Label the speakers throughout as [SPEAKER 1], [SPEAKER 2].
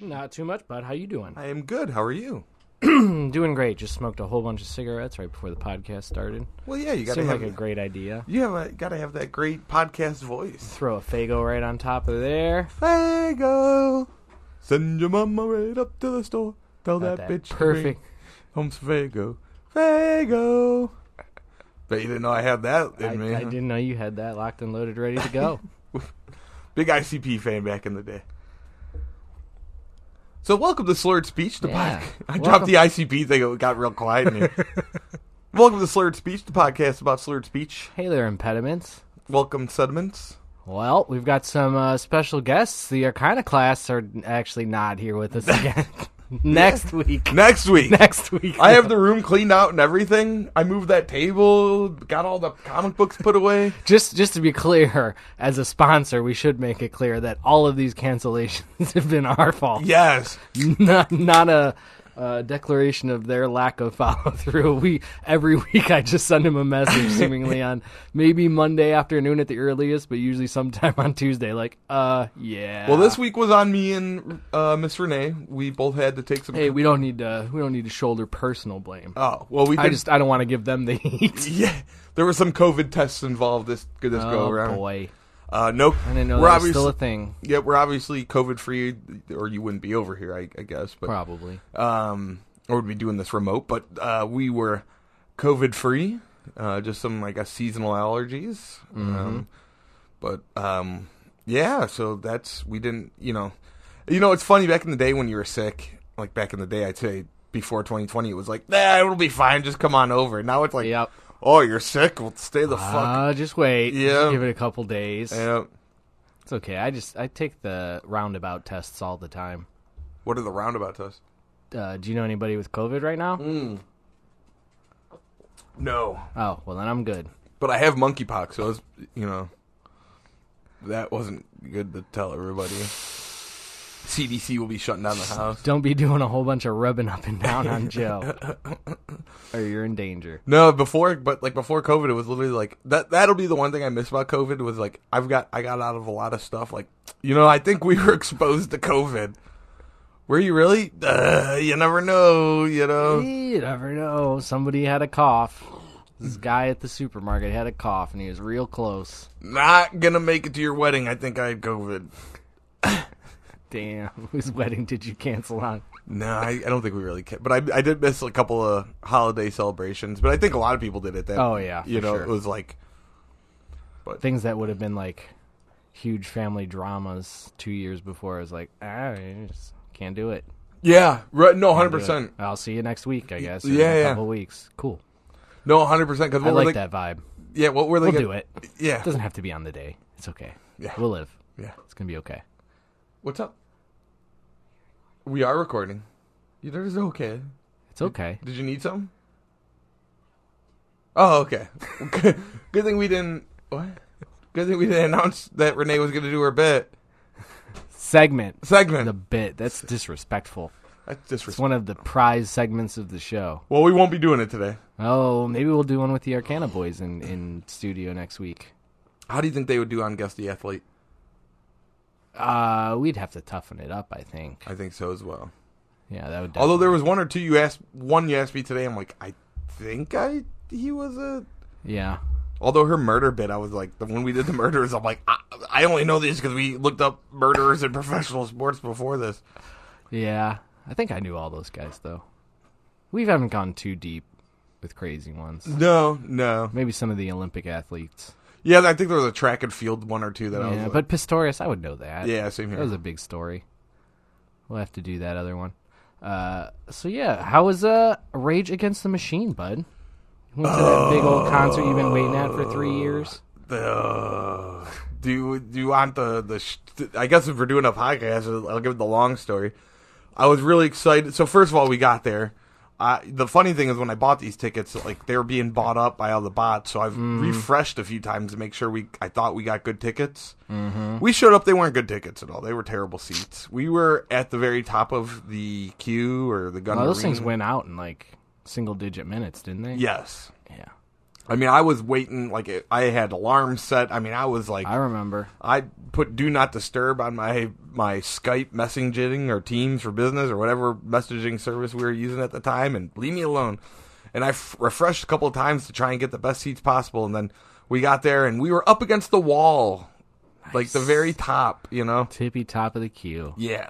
[SPEAKER 1] Not too much, bud. How you doing?
[SPEAKER 2] I am good. How are you?
[SPEAKER 1] I'm doing great. Just smoked a whole bunch of cigarettes right before the podcast started.
[SPEAKER 2] Well, yeah, you gotta
[SPEAKER 1] Seemed
[SPEAKER 2] have
[SPEAKER 1] like a great idea.
[SPEAKER 2] you have a, gotta have that great podcast voice.
[SPEAKER 1] Throw a Fago right on top of there.
[SPEAKER 2] Fago, send your mama right up to the store. Tell
[SPEAKER 1] Got
[SPEAKER 2] that,
[SPEAKER 1] that
[SPEAKER 2] bitch to bring
[SPEAKER 1] perfect.
[SPEAKER 2] home some Fago. Fago. Bet you didn't know I had that in
[SPEAKER 1] I,
[SPEAKER 2] me.
[SPEAKER 1] I didn't know you had that locked and loaded, ready to go.
[SPEAKER 2] Big ICP fan back in the day. So welcome to Slurred Speech, the
[SPEAKER 1] Yeah.
[SPEAKER 2] podcast. I
[SPEAKER 1] Welcome.
[SPEAKER 2] dropped the ICP thing; it got real quiet in here. welcome to Slurred Speech, the podcast about slurred speech.
[SPEAKER 1] hey there, impediments.
[SPEAKER 2] Welcome sediments.
[SPEAKER 1] Well, we've got some uh, special guests. The Iconoclasts are actually not here with us again. Next week.
[SPEAKER 2] Next week,
[SPEAKER 1] Next week.
[SPEAKER 2] I have the room cleaned out and everything. I moved that table, got all the comic books put away.
[SPEAKER 1] just just to be clear, as a sponsor, we should make it clear that all of these cancellations have been our fault.
[SPEAKER 2] Yes,
[SPEAKER 1] not, not a uh, declaration of their lack of follow through. We every week I just send him a message, seemingly on maybe Monday afternoon at the earliest, but usually sometime on Tuesday. Like, uh, yeah.
[SPEAKER 2] Well, this week was on me and uh, Miss Renee. We both had to take some.
[SPEAKER 1] hey, we don't need to we don't need to shoulder personal blame.
[SPEAKER 2] oh, well, we did.
[SPEAKER 1] I just I don't want to give them the heat.
[SPEAKER 2] yeah, there were some COVID tests involved this this go
[SPEAKER 1] Oh
[SPEAKER 2] around.
[SPEAKER 1] boy,
[SPEAKER 2] Uh, no,
[SPEAKER 1] I didn't know
[SPEAKER 2] we're
[SPEAKER 1] that was
[SPEAKER 2] obviously
[SPEAKER 1] still a thing.
[SPEAKER 2] yeah, we're obviously COVID free, or you wouldn't be over here, I, I guess. But
[SPEAKER 1] Probably.
[SPEAKER 2] um, or would be doing this remote. But uh, we were COVID free, uh, just some I guess seasonal allergies. Um, but um, yeah, so that's we didn't, you know, you know, it's funny back in the day when you were sick, like back in the day, I'd say before 2020, it was like, nah, it'll be fine, just come on over. Now it's like,
[SPEAKER 1] Yep.
[SPEAKER 2] oh, you're sick, well, stay the fuck.
[SPEAKER 1] Uh, just wait. Just
[SPEAKER 2] Yeah.
[SPEAKER 1] give it a couple days.
[SPEAKER 2] Yeah.
[SPEAKER 1] It's okay. I just I take the roundabout tests all the time.
[SPEAKER 2] What are the roundabout tests?
[SPEAKER 1] Uh, do you know anybody with COVID right now?
[SPEAKER 2] No,
[SPEAKER 1] Oh, well then I'm good.
[SPEAKER 2] But I have monkeypox, so it's you know that wasn't good to tell everybody. CDC will be shutting down the house.
[SPEAKER 1] Don't be doing a whole bunch of rubbing up and down on Joe, or you're in danger.
[SPEAKER 2] No, before but like before COVID, it was literally like that. That'll be the one thing I miss about COVID was like I've got I got out of a lot of stuff. Like you know, I think we were exposed to COVID. Were you really? Uh, you never know. You know.
[SPEAKER 1] You never know. Somebody had a cough. This guy at the supermarket had a cough, and he was real close.
[SPEAKER 2] Not gonna make it to your wedding. I think I had COVID.
[SPEAKER 1] Damn, whose wedding did you cancel on?
[SPEAKER 2] No, I, I don't think we really can. But I, I did miss a couple of holiday celebrations. But I think a lot of people did it. That
[SPEAKER 1] Oh, yeah,
[SPEAKER 2] you
[SPEAKER 1] for
[SPEAKER 2] know
[SPEAKER 1] sure.
[SPEAKER 2] it was like
[SPEAKER 1] Things that would have been like huge family dramas two years before. I was like, ah, I just can't do it.
[SPEAKER 2] yeah, right, no, hundred
[SPEAKER 1] Do it.
[SPEAKER 2] percent,
[SPEAKER 1] I'll see you next week, I guess. or
[SPEAKER 2] yeah,
[SPEAKER 1] in a
[SPEAKER 2] yeah.
[SPEAKER 1] couple weeks. Cool.
[SPEAKER 2] no, hundred percent. Because
[SPEAKER 1] I
[SPEAKER 2] what were
[SPEAKER 1] like
[SPEAKER 2] they,
[SPEAKER 1] that vibe.
[SPEAKER 2] Yeah, what were they?
[SPEAKER 1] We'll
[SPEAKER 2] gonna-
[SPEAKER 1] do it. It
[SPEAKER 2] Yeah,
[SPEAKER 1] doesn't have to be on the day. It's okay.
[SPEAKER 2] Yeah.
[SPEAKER 1] We'll live.
[SPEAKER 2] yeah.
[SPEAKER 1] It's gonna be okay.
[SPEAKER 2] What's up? We are recording. You know, it's okay.
[SPEAKER 1] It's okay.
[SPEAKER 2] Did you need some? Oh, okay. Good good thing we didn't. What? Good thing we didn't announce that Renee was going to do her bit
[SPEAKER 1] Segment.
[SPEAKER 2] segment.
[SPEAKER 1] The bit. That's disrespectful.
[SPEAKER 2] That's
[SPEAKER 1] It's
[SPEAKER 2] disrespectful.
[SPEAKER 1] one of the prize segments of the show.
[SPEAKER 2] Well, we won't be doing it today.
[SPEAKER 1] Oh, maybe we'll do one with the Arcana Boys in, in studio next week.
[SPEAKER 2] How do you think they would do on Guess the Athlete?
[SPEAKER 1] Uh, we'd have to toughen it up, I think.
[SPEAKER 2] I think so as well.
[SPEAKER 1] Yeah, that would.
[SPEAKER 2] Although
[SPEAKER 1] Although,
[SPEAKER 2] there was one or two you asked, one you asked me today. I'm like, I think I he was a.
[SPEAKER 1] yeah,
[SPEAKER 2] Although her murder bit, I was like, the when we did the murders, I'm like, I, I only know these because we looked up murderers in professional sports before this.
[SPEAKER 1] yeah. I think I knew all those guys though. We haven't gone too deep with crazy ones.
[SPEAKER 2] No, no,
[SPEAKER 1] Maybe some of the Olympic athletes.
[SPEAKER 2] yeah, I think there was a track and field one or two that I was.
[SPEAKER 1] Yeah,
[SPEAKER 2] like-
[SPEAKER 1] but Pistorius, I would know that.
[SPEAKER 2] yeah, same
[SPEAKER 1] That was
[SPEAKER 2] here.
[SPEAKER 1] a big story. We'll have to do that other one. Uh, so yeah, how was uh Rage Against the Machine, bud? You went to that big old concert you've been waiting at for three years.
[SPEAKER 2] The- do you, do you want the the? Sh- I guess if we're doing a podcast, I'll give it the long story. I was really excited. So first of all, we got there. I, the funny thing is when I bought these tickets, like they were being bought up by all the bots. So I've
[SPEAKER 1] Mm-hmm.
[SPEAKER 2] refreshed a few times to make sure we. I thought we got good tickets.
[SPEAKER 1] Mm-hmm.
[SPEAKER 2] We showed up; they weren't good tickets at all. They were terrible seats. We were at the very top of the queue or the gun.
[SPEAKER 1] Well, those things
[SPEAKER 2] arena.
[SPEAKER 1] went out in like single digit minutes, didn't they?
[SPEAKER 2] Yes,
[SPEAKER 1] Yeah.
[SPEAKER 2] I mean, I was waiting like it- I had alarms set. I mean, I was like,
[SPEAKER 1] I remember.
[SPEAKER 2] I put do not disturb on my my Skype messaging or Teams for business or whatever messaging service we were using at the time, and leave me alone. And I f- refreshed a couple of times to try and get the best seats possible, and then we got there and we were up against the wall, like the very top, you know.
[SPEAKER 1] Tippy top of the queue.
[SPEAKER 2] Yeah.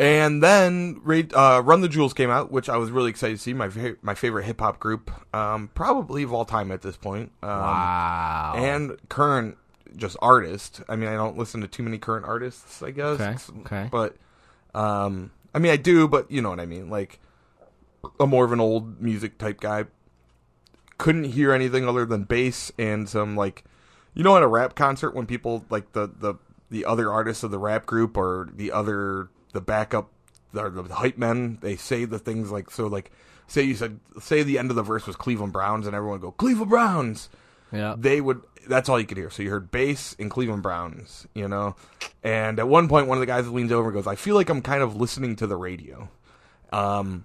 [SPEAKER 2] And then Ra- uh, Run the Jewels came out, which I was really excited to see. My fa- my favorite hip hop group, um, probably of all time at this point. Um,
[SPEAKER 1] Wow.
[SPEAKER 2] and current just artist. I mean, I don't listen to too many current artists, I guess.
[SPEAKER 1] Okay, okay.
[SPEAKER 2] But um, I mean, I do, but you know what I mean. Like, I'm more of an old music type guy. Couldn't hear anything other than bass and some like, you know, at a rap concert when people like the the the other artists of the rap group or the other the backup or the hype men they say the things like so like say you said say the end of the verse was Cleveland Browns and everyone would go Cleveland Browns
[SPEAKER 1] yeah.
[SPEAKER 2] they would that's all you could hear. So you heard bass and Cleveland Browns, you know. And at one point one of the guys leans over and goes, I feel like I'm kind of listening to the radio. Um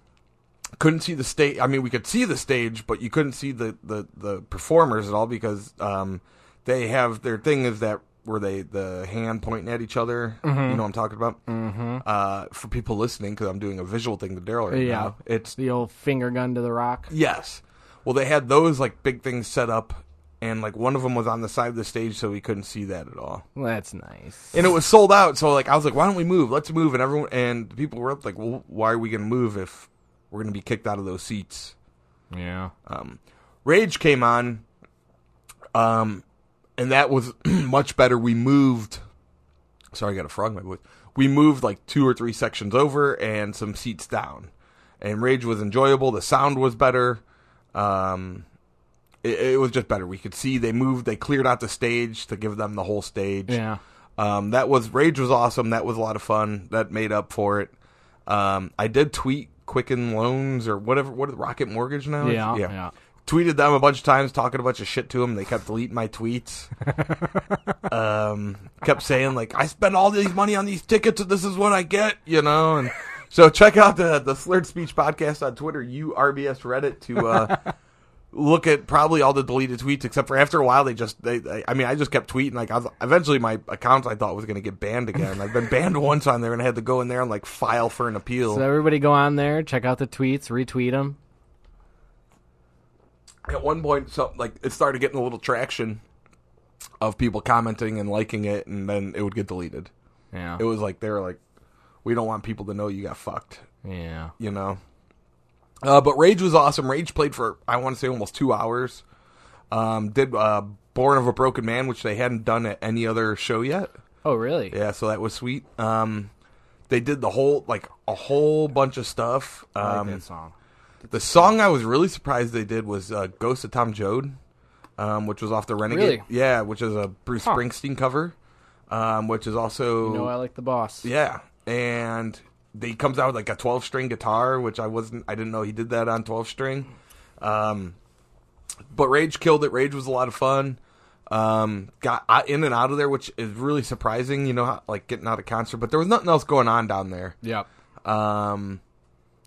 [SPEAKER 2] couldn't see the stage I mean we could see the stage, but you couldn't see the the, the performers at all because um they have their thing is that where they the hand pointing at each other, you know what I'm talking about. Mm-hmm. Uh, for people listening, because I'm doing a visual thing to Daryl right
[SPEAKER 1] Yeah.
[SPEAKER 2] now. It's
[SPEAKER 1] the old finger gun to the rock.
[SPEAKER 2] Yes. Well, they had those like big things set up, and like one of them was on the side of the stage, so we couldn't see that at all.
[SPEAKER 1] Well, that's nice.
[SPEAKER 2] And it was sold out, so like I was like, "Why don't we move? Let's move!" And everyone and the people were up like, "Well, why are we gonna move if we're gonna be kicked out of those seats?"
[SPEAKER 1] Yeah.
[SPEAKER 2] Um, Rage came on, um, and that was much better. We moved. Sorry, I got a frog in my voice. We moved like two or three sections over and some seats down, and Rage was enjoyable. The sound was better. Um, it, it was just better. We could see they moved. They cleared out the stage to give them the whole stage.
[SPEAKER 1] Yeah.
[SPEAKER 2] Um, that was Rage was awesome. That was a lot of fun. That made up for it. Um, I did tweet Quicken Loans or whatever. What is Rocket Mortgage now? is?
[SPEAKER 1] Yeah, yeah.
[SPEAKER 2] Tweeted them a bunch of times, talking a bunch of shit to them. They kept deleting my tweets. um, kept saying like, "I spent all these money on these tickets, and this is what I get," you know. And so check out the the Slurred Speech podcast on Twitter, URBS Reddit to. Uh, look at probably all the deleted tweets except for after a while they just they, they i mean i just kept tweeting like i was eventually my account i thought was going to get banned again i've been banned once on there and i had to go in there and like file for an appeal
[SPEAKER 1] So everybody go on there, check out the tweets, retweet them.
[SPEAKER 2] at one point something like it started getting a little traction of people commenting and liking it and then it would get deleted
[SPEAKER 1] Yeah.
[SPEAKER 2] it was like they were like we don't want people to know you got fucked
[SPEAKER 1] Yeah.
[SPEAKER 2] you know. Uh, but Rage was awesome. Rage played for I want to say almost two hours. Um, did uh, Born of a Broken Man, which they hadn't done at any other show yet.
[SPEAKER 1] Oh, really?
[SPEAKER 2] Yeah, so that was sweet. Um, they did the whole like a whole bunch of stuff.
[SPEAKER 1] I like
[SPEAKER 2] Um,
[SPEAKER 1] that song.
[SPEAKER 2] the song I was really surprised they did was uh, "Ghost of Tom Joad," um, which was off the Renegade.
[SPEAKER 1] Really?
[SPEAKER 2] Yeah, which is a Bruce
[SPEAKER 1] Huh.
[SPEAKER 2] Springsteen cover. Um, which is also
[SPEAKER 1] No, I like the boss.
[SPEAKER 2] yeah, and he comes out with like a twelve string guitar, which I wasn't, I didn't know he did that on twelve string. Um, but Rage killed it. Rage was a lot of fun. Um, got out- in and out of there, which is really surprising. You know, how, like getting out of concert, but there was nothing else going on down there.
[SPEAKER 1] Yep.
[SPEAKER 2] Um,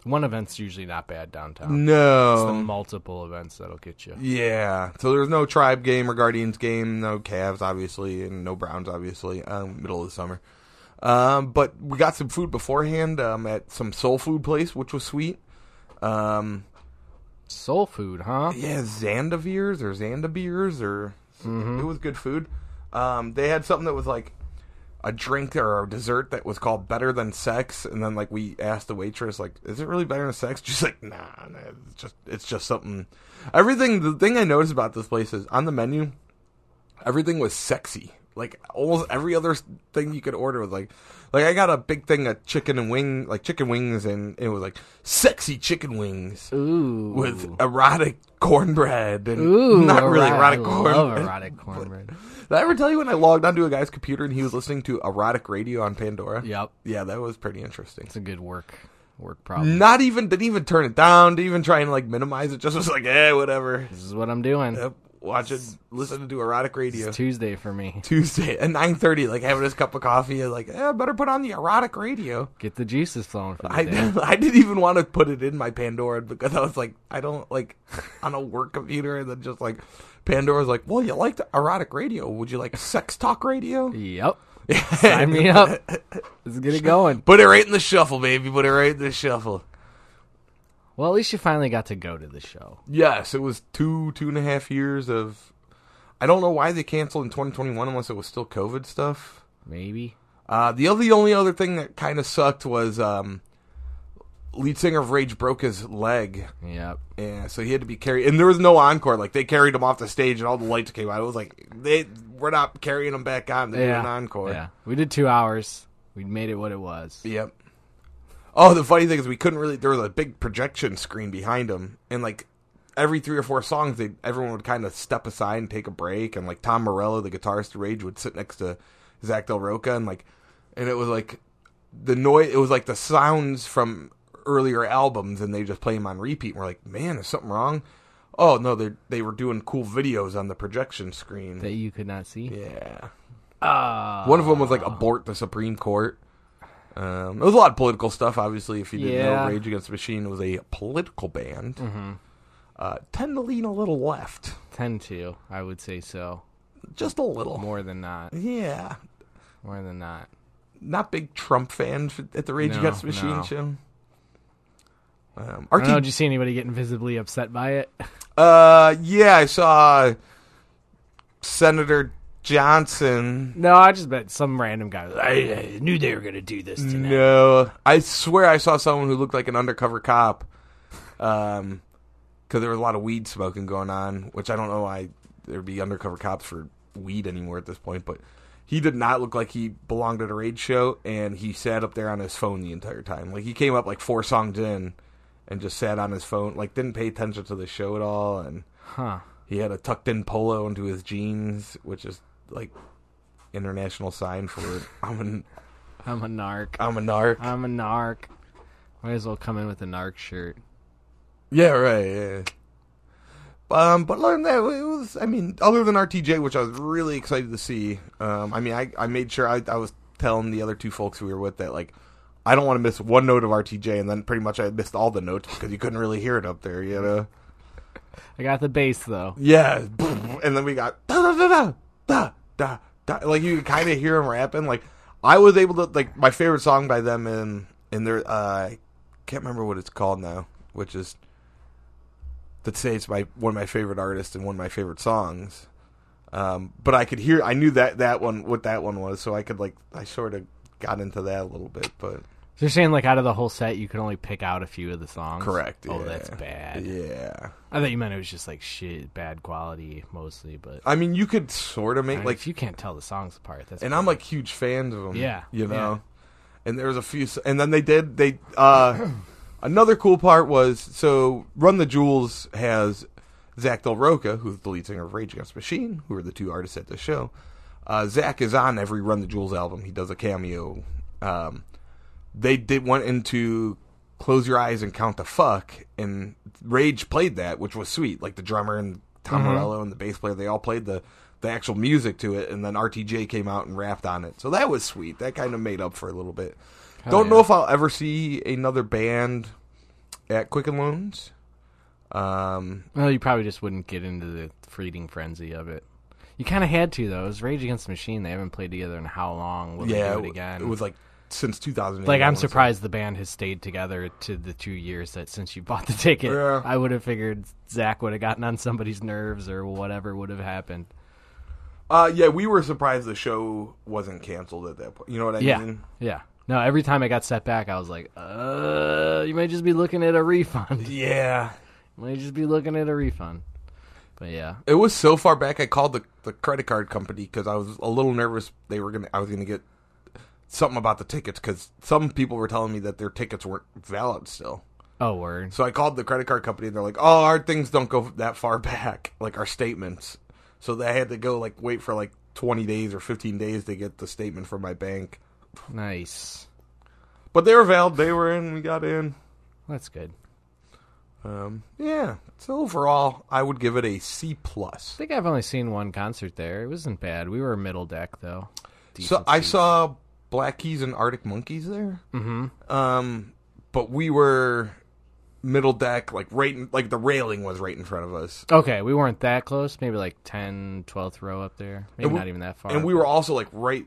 [SPEAKER 1] One event's usually not bad downtown. It's the
[SPEAKER 2] no,
[SPEAKER 1] multiple events that'll get you.
[SPEAKER 2] yeah. So there was no tribe game or Guardians game, no Cavs obviously, and no Browns obviously. Um, middle of the summer. Um, but we got some food beforehand um, at some soul food place, which was sweet. Um,
[SPEAKER 1] Soul food, huh?
[SPEAKER 2] yeah, Zandaviers or Zandabeers or it was good food. Um, they had something that was like a drink or a dessert that was called better than sex, and then like we asked the waitress like, "Is it really better than sex?" She's like, "Nah, nah it's just it's just something." Everything the thing I noticed about this place is on the menu, everything was sexy. Like almost every other s- thing you could order was like, like I got a big thing of chicken and wing, like chicken wings, and it was like sexy chicken wings
[SPEAKER 1] Ooh.
[SPEAKER 2] with erotic cornbread and
[SPEAKER 1] Ooh.
[SPEAKER 2] not really
[SPEAKER 1] alright,
[SPEAKER 2] erotic
[SPEAKER 1] I love
[SPEAKER 2] cornbread.
[SPEAKER 1] erotic cornbread.
[SPEAKER 2] Did I ever tell you when I logged onto a guy's computer and he was listening to erotic radio on Pandora?
[SPEAKER 1] yep.
[SPEAKER 2] Yeah, that was pretty interesting.
[SPEAKER 1] It's a good work work problem.
[SPEAKER 2] Not even didn't even turn it down, didn't even try and like minimize it, just was like, eh, whatever.
[SPEAKER 1] This is what I'm doing.
[SPEAKER 2] Yep. watching, listening to erotic radio.
[SPEAKER 1] It's Tuesday for me.
[SPEAKER 2] Tuesday at nine thirty, like having his cup of coffee, and like, eh, I better put on the erotic radio.
[SPEAKER 1] Get the juices flowing for the
[SPEAKER 2] I
[SPEAKER 1] day.
[SPEAKER 2] I didn't even want to put it in my Pandora because I was like, I don't like on a work computer, and then just like Pandora's like, well, you liked erotic radio. Would you like sex talk radio?
[SPEAKER 1] Yep. Sign me up. Let's get it going.
[SPEAKER 2] Put it right in the shuffle, baby. Put it right in the shuffle.
[SPEAKER 1] Well, at least you finally got to go to the show.
[SPEAKER 2] Yes, it was two two and a half years of. I don't know why they canceled in 2021 unless it was still COVID stuff.
[SPEAKER 1] Maybe.
[SPEAKER 2] Uh, the other, the only other thing that kind of sucked was um, lead singer of Rage broke his leg,
[SPEAKER 1] Yep.
[SPEAKER 2] yeah, so he had to be carried. And there was no encore; like they carried him off the stage, and all the lights came out. It was like they we're not carrying him back on. They did an encore.
[SPEAKER 1] Yeah. We did two hours. We made it what it was.
[SPEAKER 2] Yep. Oh, the funny thing is we couldn't really. There was a big projection screen behind him, and like every three or four songs, they everyone would kind of step aside and take a break, and like Tom Morello, the guitarist of Rage, would sit next to Zach Del Roca, and like, and it was like the noise. It was like the sounds from earlier albums, and they just play them on repeat. And we're like, man, is something wrong? Oh no, they they were doing cool videos on the projection screen.
[SPEAKER 1] That you could not see.
[SPEAKER 2] yeah.
[SPEAKER 1] Ah.
[SPEAKER 2] One of them was like abort the Supreme Court. Um, it was a lot of political stuff, obviously. If you didn't
[SPEAKER 1] Yeah.
[SPEAKER 2] know, Rage Against the Machine was a political band. Mm-hmm. Uh, tend to lean a little left,
[SPEAKER 1] tend to. I would say so.
[SPEAKER 2] just a little.
[SPEAKER 1] More than not.
[SPEAKER 2] Yeah,
[SPEAKER 1] More than not.
[SPEAKER 2] not big Trump fan f- at the Rage
[SPEAKER 1] No,
[SPEAKER 2] Against the Machine
[SPEAKER 1] no.
[SPEAKER 2] show. Um,
[SPEAKER 1] I don't know.
[SPEAKER 2] RT,
[SPEAKER 1] Did you see anybody getting visibly upset by it?
[SPEAKER 2] uh, yeah, I saw Senator Johnson.
[SPEAKER 1] No, I just bet some random guy. was, I, I knew they were gonna do this tonight.
[SPEAKER 2] No, I swear I saw someone who looked like an undercover cop. Um, because there was a lot of weed smoking going on, which I don't know why there'd be undercover cops for weed anymore at this point. But he did not look like he belonged at a raid show, and he sat up there on his phone the entire time. Like he came up like four songs in, and just sat on his phone, like didn't pay attention to the show at all, and
[SPEAKER 1] Huh.
[SPEAKER 2] he had a tucked in polo into his jeans, which is like international sign for I'm an
[SPEAKER 1] I'm a narc.
[SPEAKER 2] I'm a narc.
[SPEAKER 1] I'm a narc. Might as well come in with a narc shirt.
[SPEAKER 2] Yeah, right. Yeah. Um, but other than that, it was. I mean, other than RTJ, which I was really excited to see. Um, I mean, I, I made sure I, I was telling the other two folks we were with that like, I don't want to miss one note of RTJ, and then pretty much I missed all the notes because you couldn't really hear it up there, you know.
[SPEAKER 1] I got the bass though.
[SPEAKER 2] Yeah, and then we got da da da da da da. da. Like you could kind of hear him rapping. Like I was able to like my favorite song by them in in their uh, I can't remember what it's called now, which is that say it's my one of my favorite artists and one of my favorite songs. Um, but I could hear I knew that that one what that one was, so I could like I sort of got into that a little bit, but
[SPEAKER 1] So you're saying like out of the whole set, you could only pick out a few of the songs.
[SPEAKER 2] correct.
[SPEAKER 1] Oh,
[SPEAKER 2] yeah.
[SPEAKER 1] that's bad.
[SPEAKER 2] Yeah,
[SPEAKER 1] I thought you meant it was just like shit, bad quality mostly. But
[SPEAKER 2] I mean you could sort of
[SPEAKER 1] I
[SPEAKER 2] make
[SPEAKER 1] mean,
[SPEAKER 2] like
[SPEAKER 1] if you can't tell the songs apart, that's
[SPEAKER 2] and I'm like huge fans of them.
[SPEAKER 1] Yeah,
[SPEAKER 2] you know.
[SPEAKER 1] yeah.
[SPEAKER 2] And there was a few, s- and then they did they. uh Another cool part was so Run the Jewels has Zach Del Roca, who's the lead singer of Rage Against the Machine, who are the two artists at the show. Uh, Zach is on every Run the Jewels album. He does a cameo. Um, they did went into Close Your Eyes and Count the Fuck, and Rage played that, which was sweet. Like the drummer and Tom
[SPEAKER 1] Mm-hmm.
[SPEAKER 2] Morello and the bass player, they all played the the actual music to it, and then RTJ came out and rapped on it. So that was sweet. That kind of made up for a little bit. Don't know
[SPEAKER 1] yeah.
[SPEAKER 2] if I'll ever see another band at Quicken Loans. Um,
[SPEAKER 1] well, you probably just wouldn't get into the fleeting frenzy of it. You kind of had to though. It was Rage Against the Machine. They haven't played together in how long? Will
[SPEAKER 2] yeah,
[SPEAKER 1] they do
[SPEAKER 2] it
[SPEAKER 1] it again?
[SPEAKER 2] was like since 2000.
[SPEAKER 1] Like I'm surprised the band has stayed together to the two years that since you bought the ticket.
[SPEAKER 2] Yeah.
[SPEAKER 1] I would have figured Zach would have gotten on somebody's nerves or whatever would have happened.
[SPEAKER 2] Uh, yeah, we were surprised the show wasn't canceled at that point. You know what I
[SPEAKER 1] Yeah,
[SPEAKER 2] mean?
[SPEAKER 1] yeah. No, every time I got set back, I was like, "Uh, you might just be looking at a refund. you
[SPEAKER 2] Yeah.
[SPEAKER 1] might just be looking at a refund." But yeah,
[SPEAKER 2] It was so far back. I called the, the credit card company because I was a little nervous they were gonna. I was gonna get something about the tickets because some people were telling me that their tickets weren't valid still.
[SPEAKER 1] oh word.
[SPEAKER 2] So I called the credit card company and they're like, "Oh, our things don't go that far back, like our statements." So they had to go like wait for like twenty days or fifteen days to get the statement from my bank.
[SPEAKER 1] Nice.
[SPEAKER 2] But they were valid. They were in. We got in.
[SPEAKER 1] That's good.
[SPEAKER 2] Um, yeah. So overall, I would give it a C plus.
[SPEAKER 1] I think I've only seen one concert there. It wasn't bad. We were middle deck though.
[SPEAKER 2] So I saw Black Keys and Arctic Monkeys there. Mm-hmm. Um, but we were middle deck, like right, in, like the railing was right in front of us,
[SPEAKER 1] Okay, we weren't that close. Maybe like 10, 12th row up there. Maybe
[SPEAKER 2] And we-
[SPEAKER 1] not even that far.
[SPEAKER 2] and we were also like right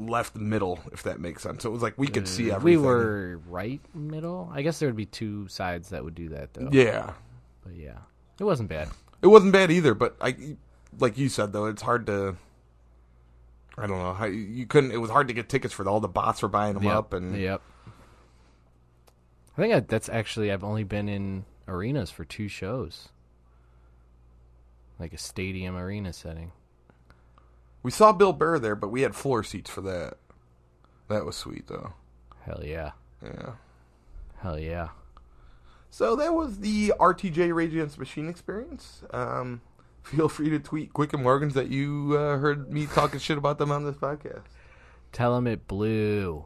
[SPEAKER 2] left middle, if that makes sense. So it was like we could see
[SPEAKER 1] we
[SPEAKER 2] everything.
[SPEAKER 1] were right middle. I guess there would be two sides that would do that though.
[SPEAKER 2] yeah.
[SPEAKER 1] But yeah, it wasn't bad.
[SPEAKER 2] It wasn't bad either, but I, like you said though, it's hard to. I don't know how you couldn't. It was hard to get tickets for all the bots were buying them
[SPEAKER 1] Yep.
[SPEAKER 2] up, and
[SPEAKER 1] yep. I think I, that's actually I've only been in arenas for two shows, like a stadium arena setting.
[SPEAKER 2] we saw Bill Burr there, but we had floor seats for that. That was sweet though.
[SPEAKER 1] Hell yeah,
[SPEAKER 2] Yeah.
[SPEAKER 1] hell yeah.
[SPEAKER 2] So that was the RTJ Rage Against the Machine experience. Um, feel free to tweet Quick and Morgans that you uh, heard me talking shit about them on this podcast.
[SPEAKER 1] Tell him it blew.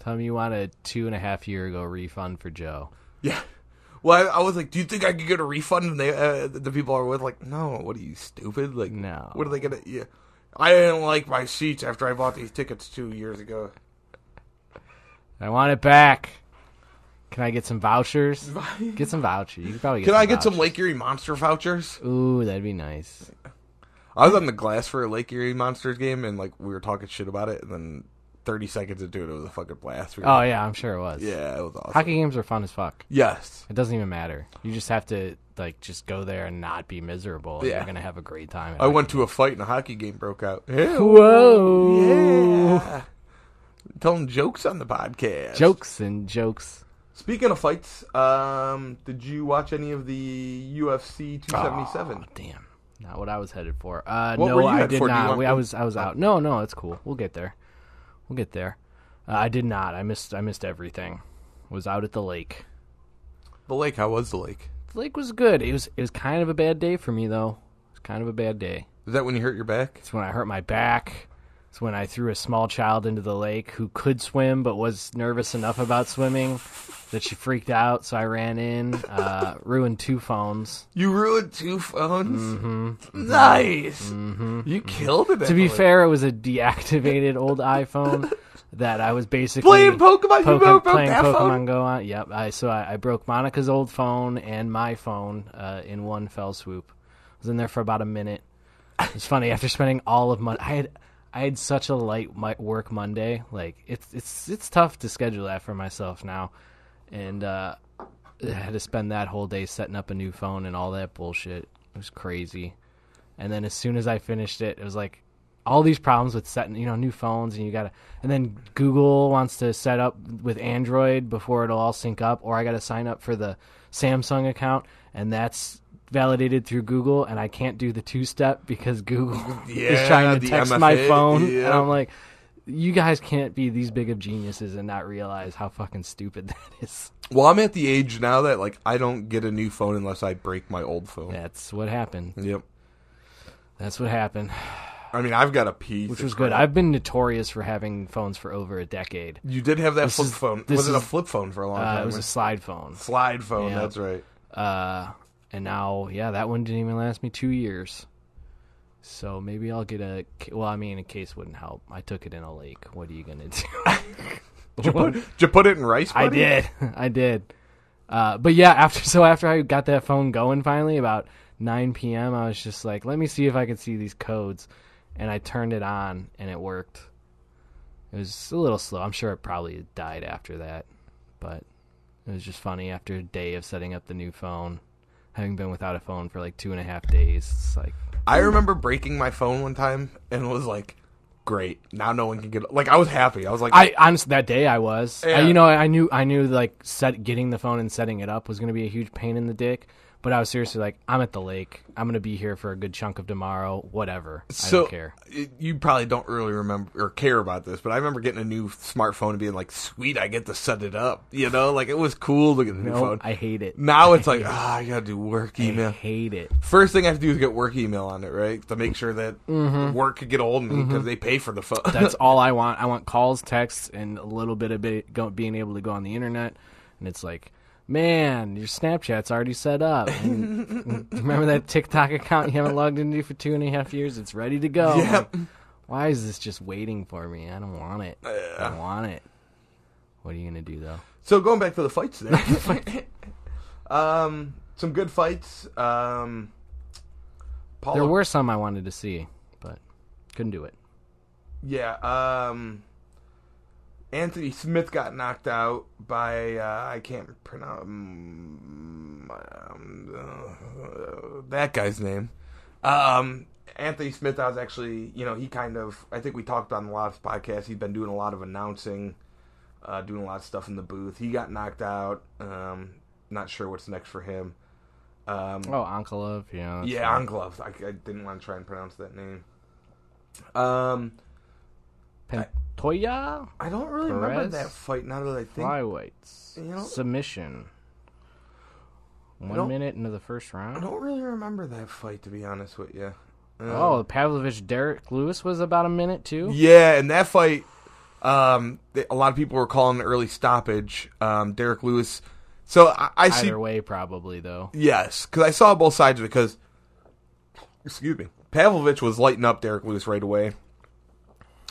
[SPEAKER 1] Tell him you want a two and a half year ago refund for Joe.
[SPEAKER 2] Yeah. Well, I, I was like, "Do you think I could get a refund?" And they, uh, the people I was like, "No, what are you stupid? Like,
[SPEAKER 1] No.
[SPEAKER 2] What are they gonna? Yeah, I didn't like my seats after I bought these tickets two years ago.
[SPEAKER 1] I want it back. Can I get some vouchers? Get some vouchers. You can probably get
[SPEAKER 2] Can
[SPEAKER 1] some
[SPEAKER 2] I get some
[SPEAKER 1] vouchers.
[SPEAKER 2] Lake Erie Monster vouchers?
[SPEAKER 1] Ooh, that'd be nice.
[SPEAKER 2] I was on the glass for a Lake Erie Monsters game, and like we were talking shit about it, and then thirty seconds into it, it was a fucking blast. We were
[SPEAKER 1] Oh
[SPEAKER 2] like,
[SPEAKER 1] yeah, I'm sure it was.
[SPEAKER 2] yeah, it was awesome.
[SPEAKER 1] Hockey games are fun as fuck.
[SPEAKER 2] Yes.
[SPEAKER 1] It doesn't even matter. You just have to like just go there and not be miserable. and
[SPEAKER 2] Yeah.
[SPEAKER 1] You're gonna have a great time. at
[SPEAKER 2] I
[SPEAKER 1] hockey.
[SPEAKER 2] went to a fight and a hockey game broke out. Ew.
[SPEAKER 1] Whoa.
[SPEAKER 2] Yeah. Telling jokes on the podcast.
[SPEAKER 1] Jokes and jokes.
[SPEAKER 2] Speaking of fights, um, did you watch any of the UFC 277?
[SPEAKER 1] Oh, damn. Not what I was headed for. Uh,
[SPEAKER 2] What
[SPEAKER 1] no,
[SPEAKER 2] were you
[SPEAKER 1] I
[SPEAKER 2] headed
[SPEAKER 1] did
[SPEAKER 2] for? Do you
[SPEAKER 1] not.
[SPEAKER 2] want Oh.
[SPEAKER 1] We,
[SPEAKER 2] to-
[SPEAKER 1] I was I was out. No, no, it's cool. We'll get there. We'll get there. Uh, I did not. I missed I missed everything. Was out at the lake.
[SPEAKER 2] The lake. How was the lake?
[SPEAKER 1] The lake was good. It was it was kind of a bad day for me though. It was kind of a bad day.
[SPEAKER 2] Is that when you hurt your back?
[SPEAKER 1] It's when I hurt my back. It's when I threw a small child into the lake who could swim but was nervous enough about swimming that she freaked out. So I ran in, uh, ruined two phones.
[SPEAKER 2] You ruined two phones. Mm-hmm. Nice. You killed it.
[SPEAKER 1] To be fair, it was a deactivated old iPhone that I was basically
[SPEAKER 2] Playing Pokemon, you broke
[SPEAKER 1] playing
[SPEAKER 2] that
[SPEAKER 1] Pokemon
[SPEAKER 2] phone?
[SPEAKER 1] Go on. Yep. I, so I, I broke Monica's old phone and my phone uh, in one fell swoop. I was in there for about a minute. It's funny after spending all of Monday, I had I had such a light mi- work Monday. Like it's it's it's tough to schedule that for myself now, and uh, I had to spend that whole day setting up a new phone and all that bullshit. It was crazy. And then as soon as I finished it, it was like all these problems with setting, you know, new phones and you gotta, and then Google wants to set up with Android before it'll all sync up, or I gotta sign up for the Samsung account, and that's validated through Google, and I can't do the two step because Google
[SPEAKER 2] Yeah,
[SPEAKER 1] is trying
[SPEAKER 2] the
[SPEAKER 1] to text my
[SPEAKER 2] MFA,
[SPEAKER 1] phone,
[SPEAKER 2] yeah.
[SPEAKER 1] and I'm like. You guys can't be these big of geniuses and not realize how fucking stupid that is.
[SPEAKER 2] Well, I'm at the age now that like I don't get a new phone unless I break my old phone.
[SPEAKER 1] That's what happened.
[SPEAKER 2] Yep.
[SPEAKER 1] That's what happened,
[SPEAKER 2] I mean, I've got a piece,
[SPEAKER 1] which was good. I've been notorious for having phones for over a decade.
[SPEAKER 2] You did have that flip
[SPEAKER 1] is-
[SPEAKER 2] phone.
[SPEAKER 1] this
[SPEAKER 2] Was it a
[SPEAKER 1] is-
[SPEAKER 2] flip phone for a long
[SPEAKER 1] Uh,
[SPEAKER 2] time?
[SPEAKER 1] it was a slide phone.
[SPEAKER 2] slide phone.
[SPEAKER 1] Yeah.
[SPEAKER 2] That's right.
[SPEAKER 1] Uh, and now, yeah, that one didn't even last me two years. So maybe I'll get a. ca- Well, I mean, a case wouldn't help. I took it in a lake. What are you gonna do?
[SPEAKER 2] Did you put it in rice?
[SPEAKER 1] I
[SPEAKER 2] buddy?
[SPEAKER 1] did. I did. Uh, but yeah, after so after I got that phone going finally about 9 p.m., I was just like, let me see if I could see these codes, and I turned it on and it worked. It was a little slow. I'm sure it probably died after that, but it was just funny after a day of setting up the new phone, having been without a phone for like two and a half days. It's like,
[SPEAKER 2] I remember breaking my phone one time and was like, "Great, now no one can get." Like I was happy. I was like,
[SPEAKER 1] I honestly that day I was. I-
[SPEAKER 2] Yeah.
[SPEAKER 1] you know, I, I knew I knew like set getting the phone and setting it up was going to be a huge pain in the dick. But I was seriously like, I'm at the lake. I'm going to be here for a good chunk of tomorrow. Whatever. I
[SPEAKER 2] so
[SPEAKER 1] don't care.
[SPEAKER 2] it- you probably don't really remember or care about this, but I remember getting a new smartphone and being like, "Sweet, I get to set it up." You know, like it was cool to get a new
[SPEAKER 1] No,
[SPEAKER 2] phone.
[SPEAKER 1] I hate it.
[SPEAKER 2] now it's like, ah, I gotta do work
[SPEAKER 1] I
[SPEAKER 2] email.
[SPEAKER 1] hate it.
[SPEAKER 2] First thing I have to do is get work email on it, right? To make sure that
[SPEAKER 1] Mm-hmm.
[SPEAKER 2] work could get hold of me because they pay for the phone.
[SPEAKER 1] That's all I want. I want calls, texts, and a little bit of bit go, being able to go on the internet. And it's like man, your Snapchat's already set up. And remember that TikTok account you haven't logged into for two and a half years? It's ready to go.
[SPEAKER 2] Yep.
[SPEAKER 1] Like, Why is this just waiting for me? I don't want it. I don't want it. What are you gonna do though?
[SPEAKER 2] So going back to the fights there. um some good fights. Um Paul
[SPEAKER 1] There were some I wanted to see, but couldn't do it.
[SPEAKER 2] Yeah, um Anthony Smith got knocked out by uh, I can't pronounce um, uh, that guy's name. Um, Anthony Smith, I was actually, you know, he kind of I think we talked on the last podcast. He's been doing a lot of announcing, uh, doing a lot of stuff in the booth. He got knocked out. Um, not sure what's next for him. Um,
[SPEAKER 1] Oh, Uncle of yeah, that's
[SPEAKER 2] yeah,
[SPEAKER 1] right.
[SPEAKER 2] Anglov. I, I didn't want to try and pronounce that name. Um,
[SPEAKER 1] Pantoja
[SPEAKER 2] I don't really remember
[SPEAKER 1] Perez?
[SPEAKER 2] that fight. Now that I think
[SPEAKER 1] flyweights
[SPEAKER 2] You know-
[SPEAKER 1] submission. One
[SPEAKER 2] don't-
[SPEAKER 1] minute into the first
[SPEAKER 2] I
[SPEAKER 1] round.
[SPEAKER 2] don't really remember that fight, to be honest with you. Um,
[SPEAKER 1] Oh, Pavlovich Derek Lewis was about a minute too.
[SPEAKER 2] yeah, and that fight, um, th- a lot of people were calling an early stoppage. Um, Derek Lewis. So I, I see,
[SPEAKER 1] Either way, probably though.
[SPEAKER 2] yes, because I saw both sides of it. Because, excuse me, Pavlovich was lighting up Derek Lewis right away,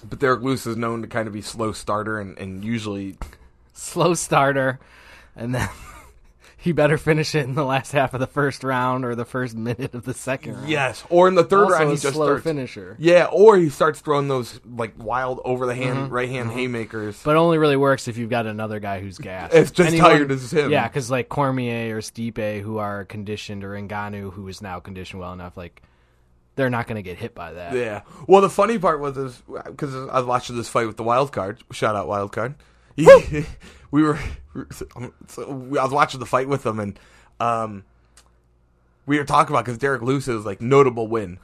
[SPEAKER 2] but Derek Lewis is known to kind of be slow starter and, and usually
[SPEAKER 1] slow starter, and then he better finish it in the last half of the first round or the first minute of the second round.
[SPEAKER 2] yes, or in the third
[SPEAKER 1] also
[SPEAKER 2] round
[SPEAKER 1] a
[SPEAKER 2] he just
[SPEAKER 1] slow
[SPEAKER 2] starts.
[SPEAKER 1] finisher,
[SPEAKER 2] Yeah, or he starts throwing those like wild over the hand,
[SPEAKER 1] Mm-hmm.
[SPEAKER 2] right hand haymakers.
[SPEAKER 1] but only really works if you've got another guy who's gassed.
[SPEAKER 2] It's just tired as him.
[SPEAKER 1] Yeah, because like Cormier or Stipe, who are conditioned, or Ngannou, who is now conditioned well enough, like they're not going to get hit by that.
[SPEAKER 2] Yeah. Well, the funny part was is because I was watching this fight with the wild card. Shout out wild card. He, we were. So we- I was watching the fight with him, and um, we were talking about because Derek Lewis's like notable win.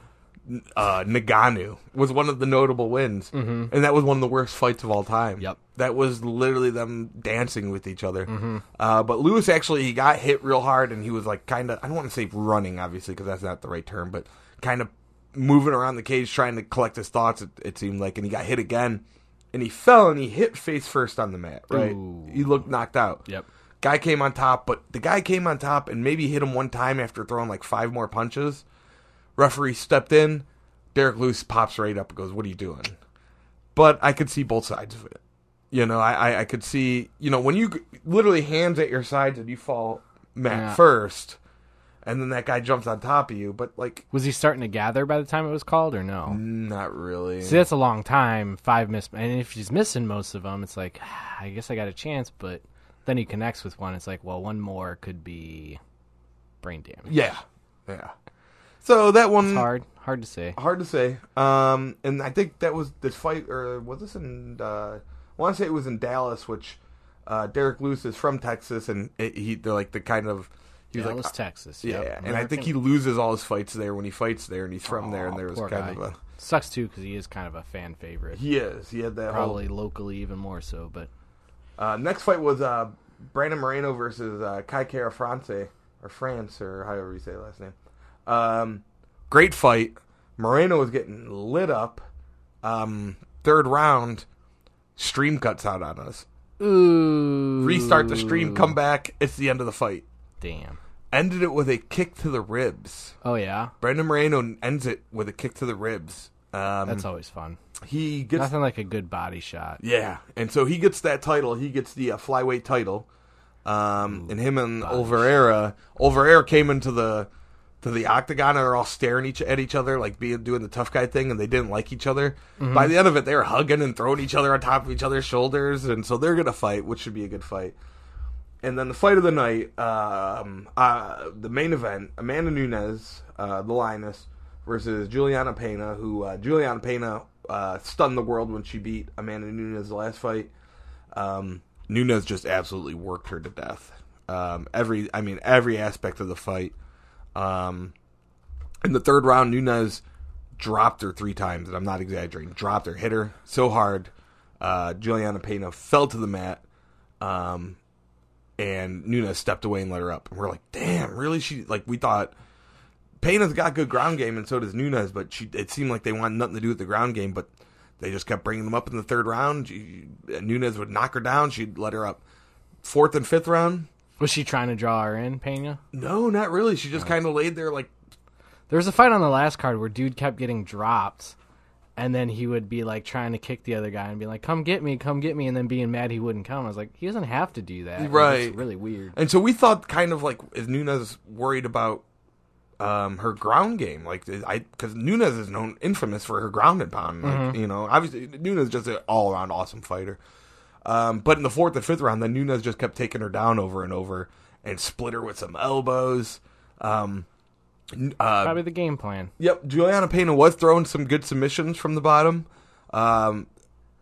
[SPEAKER 2] Uh, Naganu was one of the notable wins, and that was one of the worst fights of all time.
[SPEAKER 1] Mm-hmm. Yep. Mm-hmm.
[SPEAKER 2] that was literally them dancing with each other. Uh, but Lewis actually he got hit real hard, and he was like kind of I don't want to say running obviously because that's not the right term, but kind of moving around the cage trying to collect his thoughts. It, it seemed like, and he got hit again, and he fell and he hit face first on the mat. Right,
[SPEAKER 1] Ooh.
[SPEAKER 2] he looked knocked out.
[SPEAKER 1] Yep.
[SPEAKER 2] Guy came on top, but the guy came on top and maybe hit him one time after throwing like five more punches. Referee stepped in. Derek Lewis pops right up and goes, What are you doing? But I could see both sides of it. You know, I, I, I could see, you know, when you g- literally hands at your sides and you fall mat
[SPEAKER 1] Yeah.
[SPEAKER 2] first, and then that guy jumps on top of you, but like,
[SPEAKER 1] Was he starting to gather by the time it was called, or no?
[SPEAKER 2] Mm. not really.
[SPEAKER 1] See, that's a long time. Five miss, and if he's missing most of them, it's like "Ah, I guess I got a chance. But then he connects with one. It's like, well, one more could be brain damage.
[SPEAKER 2] Yeah. Yeah. So that one.
[SPEAKER 1] It's hard, hard to say.
[SPEAKER 2] hard to say. Um, and I think that was the fight, or was this in? Uh, I want to say it was in Dallas, which uh, Derek Lewis is from Texas, and it, he they're like the kind of he was
[SPEAKER 1] Dallas,
[SPEAKER 2] like uh,
[SPEAKER 1] Texas.
[SPEAKER 2] yeah,
[SPEAKER 1] Yep.
[SPEAKER 2] and I think he loses all his fights there when he fights there, and he's from there, and
[SPEAKER 1] Aw,
[SPEAKER 2] there was
[SPEAKER 1] poor
[SPEAKER 2] kind
[SPEAKER 1] guy.
[SPEAKER 2] of a
[SPEAKER 1] sucks too because he is kind of a fan favorite.
[SPEAKER 2] he Oh. is he had that
[SPEAKER 1] Probably locally even more so, but
[SPEAKER 2] whole. Uh, next fight was uh, Brandon Moreno versus uh, Kai Kara France or France or however you say the last name. Um, great fight. Moreno was getting lit up. Um, third round, stream cuts out on us.
[SPEAKER 1] ooh,
[SPEAKER 2] restart the stream, come back. It's the end of the fight.
[SPEAKER 1] Damn.
[SPEAKER 2] Ended it with a kick to the ribs.
[SPEAKER 1] Oh yeah,
[SPEAKER 2] Brandon Moreno ends it with a kick to the ribs. Um,
[SPEAKER 1] that's always fun.
[SPEAKER 2] he gets
[SPEAKER 1] Nothing like a good body shot.
[SPEAKER 2] yeah, and so he gets that title. He gets the uh, flyweight title. Um, and him and Olvera, Olvera came into the to the octagon and are all staring each at each other, like being doing the tough guy thing, and they didn't like each other. By the end of it, they were hugging and throwing each other on top of each other's shoulders, and so they're gonna fight, which should be a good fight. And then the fight of the night, um, uh, the main event: Amanda Nunes, uh, the lioness, versus Juliana Pena. Who uh, Juliana Pena uh, stunned the world when she beat Amanda Nunes the last fight. Um, Nunes just absolutely worked her to death. Um, every, I mean, every aspect of the fight. Um, in the third round, Nunez dropped her three times, and I'm not exaggerating. Dropped her, hit her so hard. Uh, Juliana Pena fell to the mat, um, and Nunez stepped away and let her up. And we're like, damn, really? She like we thought. Pena's got good ground game, and so does Nunez. But she, it seemed like they wanted nothing to do with the ground game, but they just kept bringing them up in the third round. She, Nunez would knock her down. She'd let her up. Fourth and fifth round,
[SPEAKER 1] Was she trying to draw her in, Pena?
[SPEAKER 2] No, not really. She just kind of laid there like,
[SPEAKER 1] There was a fight on the last card where dude kept getting dropped, and then he would be like trying to kick the other guy and be like, "Come get me, come get me," and then being mad he wouldn't come. I was like, he doesn't have to do that. Like,
[SPEAKER 2] Right.
[SPEAKER 1] it's really weird.
[SPEAKER 2] and so we thought kind of like is Nunez worried about um, her ground game, like is- I because Nunez is known infamous for her ground and pound. Like, You know, obviously Nunez is just an all around awesome fighter. Um, but in the fourth and fifth round, then Nunez just kept taking her down over and over and split her with some elbows. Um, n- uh,
[SPEAKER 1] Probably the game plan.
[SPEAKER 2] Yep, Juliana Pena was throwing some good submissions from the bottom. Um,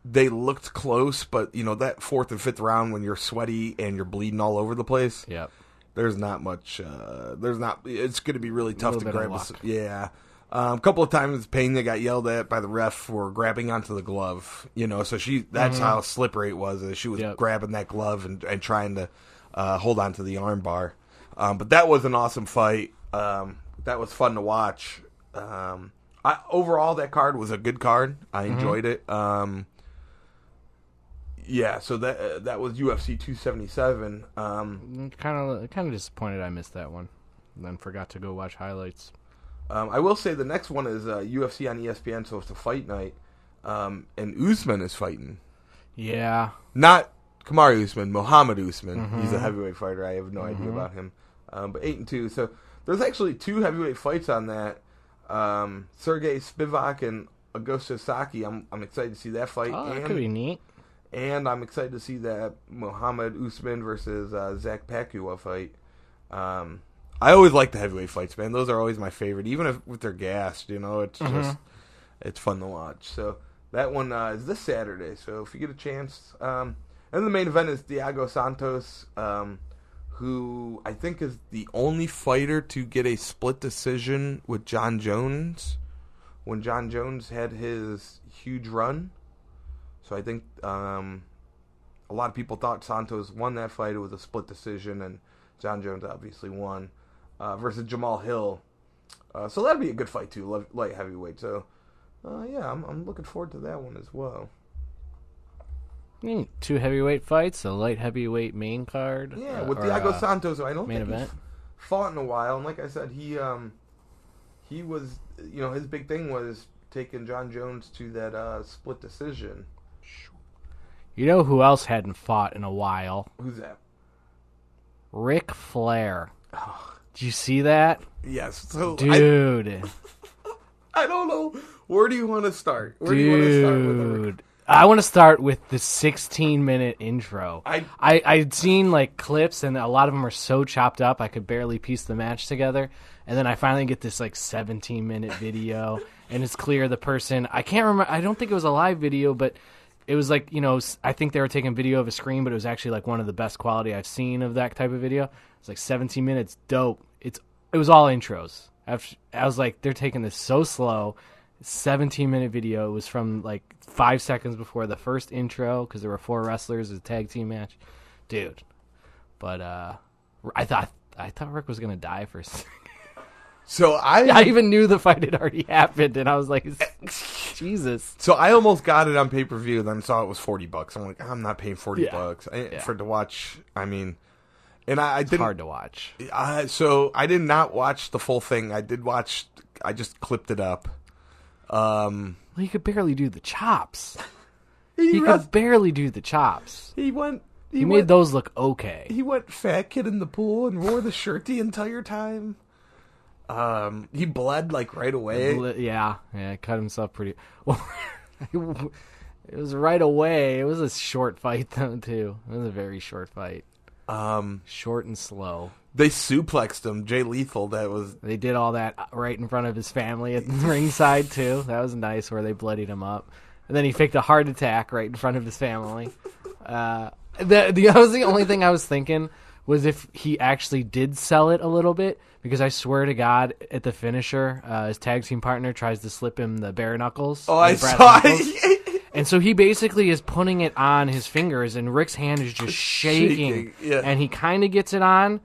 [SPEAKER 2] they looked close, but you know that fourth and fifth round when you're sweaty and you're bleeding all over the place,
[SPEAKER 1] Yep.
[SPEAKER 2] there's not much. Uh, there's not. It's going to be really tough to
[SPEAKER 1] little bit of
[SPEAKER 2] grab. A, s-
[SPEAKER 1] luck.
[SPEAKER 2] yeah, a um, couple of times Pena got yelled at by the ref for grabbing onto the glove. You know, so she that's how slippery it was. Is she was
[SPEAKER 1] Mm-hmm. Yep.
[SPEAKER 2] grabbing that glove and, and trying to uh, hold on to the arm bar. Um, but that was an awesome fight. Um, that was fun to watch. Um, I, overall, that card was a good card. I
[SPEAKER 1] Mm-hmm.
[SPEAKER 2] enjoyed it. Um, yeah, so that uh, that was UFC 277. Um,
[SPEAKER 1] Kind of, kind of disappointed I missed that one. And then forgot to go watch highlights.
[SPEAKER 2] Um, I will say the next one is uh, UFC on ESPN, so it's a fight night, um, and Usman is fighting.
[SPEAKER 1] Yeah.
[SPEAKER 2] Not Kamari Usman, Muhammad Usman.
[SPEAKER 1] Mm-hmm.
[SPEAKER 2] He's a heavyweight fighter. I have no idea about him. Um, but eight and two, so there's actually two heavyweight fights on that. Um, Sergey Spivak and Augusto Saki. I'm I'm excited to see that fight,
[SPEAKER 1] Oh, that could be
[SPEAKER 2] and,
[SPEAKER 1] neat.
[SPEAKER 2] and I'm excited to see that Muhammad Usman versus uh, Zach Pacquiao fight. Um, I always like the heavyweight fights, man. Those are always my favorite, even if with their gassed. You know, it's just it's fun to watch. So that one uh, is this Saturday. So if you get a chance, um, and the main event is Diago Santos, um, who I think is the only fighter to get a split decision with John Jones when John Jones had his huge run. So I think um, a lot of people thought Santos won that fight. It was a split decision, and John Jones obviously won uh, versus Jamal Hill. Uh, so that'd be a good fight too, light- light heavyweight. So uh, yeah, I'm, I'm looking forward to that one as well.
[SPEAKER 1] Neat. Two heavyweight fights, a light heavyweight main card.
[SPEAKER 2] Yeah,
[SPEAKER 1] uh,
[SPEAKER 2] with
[SPEAKER 1] or,
[SPEAKER 2] Thiago
[SPEAKER 1] uh,
[SPEAKER 2] Santos, who I don't
[SPEAKER 1] main
[SPEAKER 2] think
[SPEAKER 1] event.
[SPEAKER 2] he's fought in a while. And like I said, he um he was you know his big thing was taking John Jones to that uh, split decision.
[SPEAKER 1] You know who else hadn't fought in a while?
[SPEAKER 2] Who's that?
[SPEAKER 1] Ric Flair. Did you see that?
[SPEAKER 2] Yes, so I-
[SPEAKER 1] Dude.
[SPEAKER 2] I don't know. Where do you want to start? Where do you want to start with?
[SPEAKER 1] Dude. I want to start with the 16 minute intro.
[SPEAKER 2] I-
[SPEAKER 1] I I'd seen like clips and a lot of them are so chopped up I could barely piece the match together. And then I finally get this like 17 minute video and it's clear the person I can't remember I don't think it was a live video but it was like, you know, s- I think they were taking video of a screen but it was actually like one of the best quality I've seen of that type of video. It's like 17 minutes dope. It's it was all intros. After, I was like they're taking this so slow. 17 minute video It was from like five seconds before the first intro because there were four wrestlers as a tag team match dude but uh i thought i thought rick was gonna die for a second.
[SPEAKER 2] So I,
[SPEAKER 1] i even knew the fight had already happened and i was like jesus
[SPEAKER 2] so I almost got it on pay per view, then saw it was forty bucks. I'm like, I'm not paying forty
[SPEAKER 1] Yeah.
[SPEAKER 2] bucks I,
[SPEAKER 1] Yeah.
[SPEAKER 2] for to watch. I mean, and I, I didn't.
[SPEAKER 1] hard to watch
[SPEAKER 2] I- so I did not watch the full thing. I did watch. I just clipped it up. Um,
[SPEAKER 1] well, he could barely do the chops
[SPEAKER 2] he
[SPEAKER 1] he
[SPEAKER 2] res-
[SPEAKER 1] could barely do the chops
[SPEAKER 2] he went. He,
[SPEAKER 1] he
[SPEAKER 2] went,
[SPEAKER 1] made those look okay
[SPEAKER 2] He went fat kid in the pool and wore the shirt the entire time. Um, he bled like right away.
[SPEAKER 1] Li- yeah yeah cut himself pretty it was right away it was a short fight though too it was a very short fight
[SPEAKER 2] Um,
[SPEAKER 1] short and slow
[SPEAKER 2] they suplexed him. Jay Lethal. That was
[SPEAKER 1] They did all that uh, right in front of his family at ringside too. That was nice, where they bloodied him up, and then he faked a heart attack right in front of his family. Uh, the the that was the only thing I was thinking was if he actually did sell it a little bit, because I swear to God, at the finisher, uh, his tag team partner tries to slip him the bare knuckles.
[SPEAKER 2] Oh,
[SPEAKER 1] the
[SPEAKER 2] I
[SPEAKER 1] brass
[SPEAKER 2] saw.
[SPEAKER 1] knuckles. And so he basically is putting it on his fingers, and Rick's hand is just shaking.
[SPEAKER 2] Shaking, yeah.
[SPEAKER 1] And he kind of gets it on,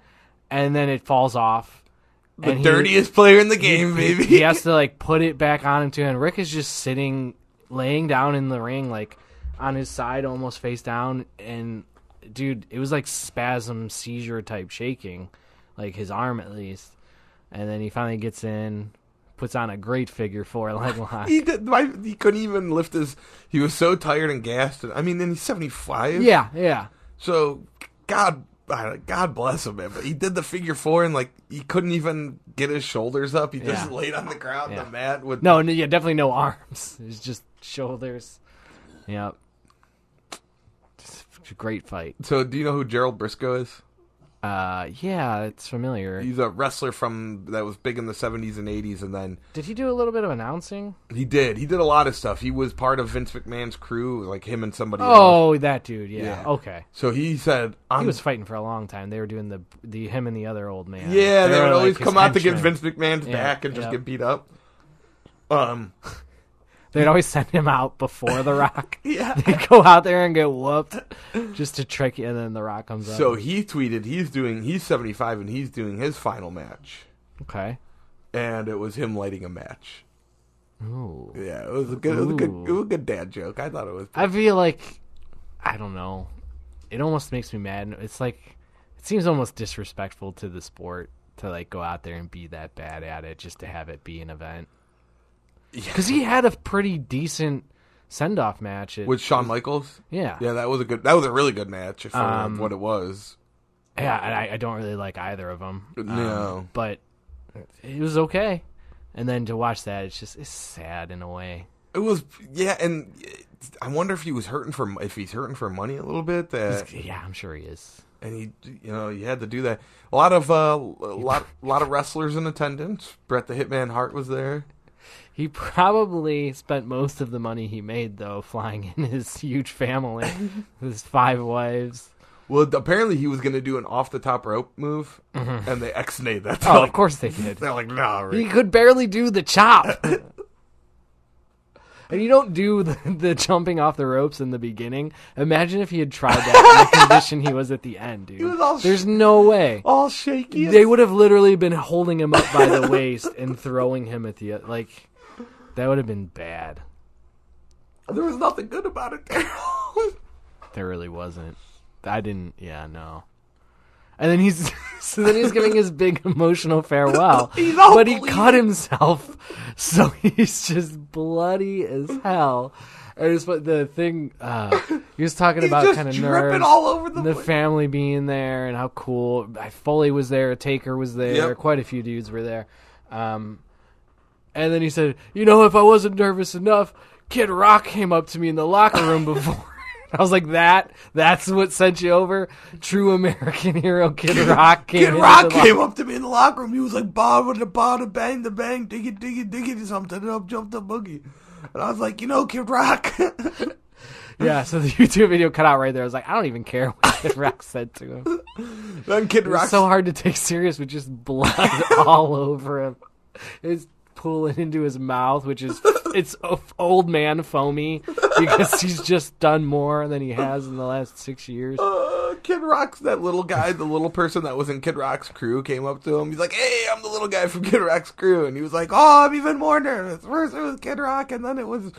[SPEAKER 1] and then it falls off.
[SPEAKER 2] the
[SPEAKER 1] and he-
[SPEAKER 2] dirtiest player in the game, baby.
[SPEAKER 1] He has to like put it back on him too. And Rick is just sitting, laying down in the ring, like on his side, almost face down, and dude, it was like spasm, seizure type shaking, like his arm at least. And then he finally gets in, puts on a great figure four leg lock.
[SPEAKER 2] He did. My, he couldn't even lift his. He was so tired and gassed. I mean, and he's seventy five.
[SPEAKER 1] yeah, yeah.
[SPEAKER 2] So God, I- God bless him, man. But he did the figure four and like he couldn't even get his shoulders up. He just
[SPEAKER 1] Yeah.
[SPEAKER 2] laid on the ground,
[SPEAKER 1] Yeah.
[SPEAKER 2] the mat with.
[SPEAKER 1] No, no, yeah, definitely no arms. It's just shoulders. Yep. Just a great fight.
[SPEAKER 2] So do you know who Gerald Briscoe is?
[SPEAKER 1] Uh, yeah, it's familiar.
[SPEAKER 2] He's a wrestler from that was big in the seventies and eighties, and then
[SPEAKER 1] Did he do a little bit of announcing?
[SPEAKER 2] he did. He did a lot of stuff. He was part of Vince McMahon's crew, like him and somebody. else.
[SPEAKER 1] Oh, that dude. Yeah.
[SPEAKER 2] Yeah. Um,
[SPEAKER 1] Okay.
[SPEAKER 2] So he said, "I'm."
[SPEAKER 1] He was fighting for a long time. They were doing the the him and the other old man.
[SPEAKER 2] yeah, they, would
[SPEAKER 1] were like
[SPEAKER 2] always
[SPEAKER 1] his
[SPEAKER 2] come out to get
[SPEAKER 1] henchmen.
[SPEAKER 2] Vince McMahon's
[SPEAKER 1] Yeah,
[SPEAKER 2] back and just
[SPEAKER 1] yeah.
[SPEAKER 2] get beat up. Um.
[SPEAKER 1] They'd always send him out before The Rock.
[SPEAKER 2] Yeah.
[SPEAKER 1] They'd go out there and get whooped just to trick you, and then The Rock comes up.
[SPEAKER 2] So he tweeted, he's doing, he's 75 and he's doing his final match.
[SPEAKER 1] okay.
[SPEAKER 2] And it was him lighting a match.
[SPEAKER 1] Ooh.
[SPEAKER 2] Yeah, it was a good, it was a good, it
[SPEAKER 1] Ooh.
[SPEAKER 2] was a good dad joke. I thought it was.
[SPEAKER 1] I feel like I don't know. It almost makes me mad. It's like it seems almost disrespectful to the sport to like go out there and be that bad at it just to have it be an event.
[SPEAKER 2] Yeah.
[SPEAKER 1] Because he had a pretty decent send off match. At,
[SPEAKER 2] With Shawn Michaels?
[SPEAKER 1] yeah, yeah,
[SPEAKER 2] Yeah, that was a good, that was a really good match for
[SPEAKER 1] Um,
[SPEAKER 2] what it was.
[SPEAKER 1] and I, I don't really like either of them. Um,
[SPEAKER 2] No.
[SPEAKER 1] but it was okay. And then to watch that, it's just it's sad in a way.
[SPEAKER 2] It was, yeah, and I wonder if he was hurting for, if he's hurting for money a little bit that,
[SPEAKER 1] Yeah, I'm sure he is.
[SPEAKER 2] and he, you know, he had to do that. A lot of, uh, a lot, lot of wrestlers in attendance. Brett the Hitman Hart was there.
[SPEAKER 1] He probably spent most of the money he made, though, flying in his huge family, his five wives.
[SPEAKER 2] Well, th- apparently he was going to do an off the top rope move, and they ex-nayed that.
[SPEAKER 1] Mm-hmm. Oh,
[SPEAKER 2] stuff.
[SPEAKER 1] of course they did.
[SPEAKER 2] They're like, nah,
[SPEAKER 1] He
[SPEAKER 2] Rick.
[SPEAKER 1] could barely do the chop. And you don't do the, the jumping off the ropes in the beginning. Imagine if he had tried that in the condition he was at the end, dude.
[SPEAKER 2] was all
[SPEAKER 1] There's no way.
[SPEAKER 2] all shaky.
[SPEAKER 1] They would have literally been holding him up by the waist and throwing him at the like. That would have been bad.
[SPEAKER 2] there was nothing good about it. There.
[SPEAKER 1] There really wasn't. I didn't. Yeah, no. And then he's so then he's giving his big emotional farewell,
[SPEAKER 2] He's all
[SPEAKER 1] but he
[SPEAKER 2] bleeding.
[SPEAKER 1] cut himself, so he's just bloody as hell. And it's what the thing uh, he was talking
[SPEAKER 2] He's
[SPEAKER 1] about,
[SPEAKER 2] just
[SPEAKER 1] kind of
[SPEAKER 2] dripping
[SPEAKER 1] nerves,
[SPEAKER 2] all over the
[SPEAKER 1] and the
[SPEAKER 2] place.
[SPEAKER 1] family being there, and how cool. I Foley was there, Taker was there,
[SPEAKER 2] Yep.
[SPEAKER 1] quite a few dudes were there. Um, and then he said, "You know, if I wasn't nervous enough, Kid Rock came up to me in the locker room before." I was like, "That? That's what sent you over? True American hero, Kid Rock came."
[SPEAKER 2] Kid
[SPEAKER 1] into
[SPEAKER 2] Rock
[SPEAKER 1] the locker-
[SPEAKER 2] came up to me in the locker room. He was like, "Bob with the bob, the bang, the bang, diggy, diggy, diggy, something." And up jumped the boogie, and I was like, "You know, Kid Rock."
[SPEAKER 1] Yeah, so the YouTube video cut out right there. I was like, "I don't even care what Kid Rock said to him." It
[SPEAKER 2] then Kid Rock.
[SPEAKER 1] was so hard to take serious with just blood all over him. It's pooling into his mouth, which is it's o- old man foamy because he's just done more than he has in the last six years.
[SPEAKER 2] uh, Kid Rock's that little guy, the little person that was in Kid Rock's crew came up to him. He's like, "Hey, I'm the little guy from Kid Rock's crew," and he was like, "Oh, I'm even more nervous." First it was Kid Rock, and then it was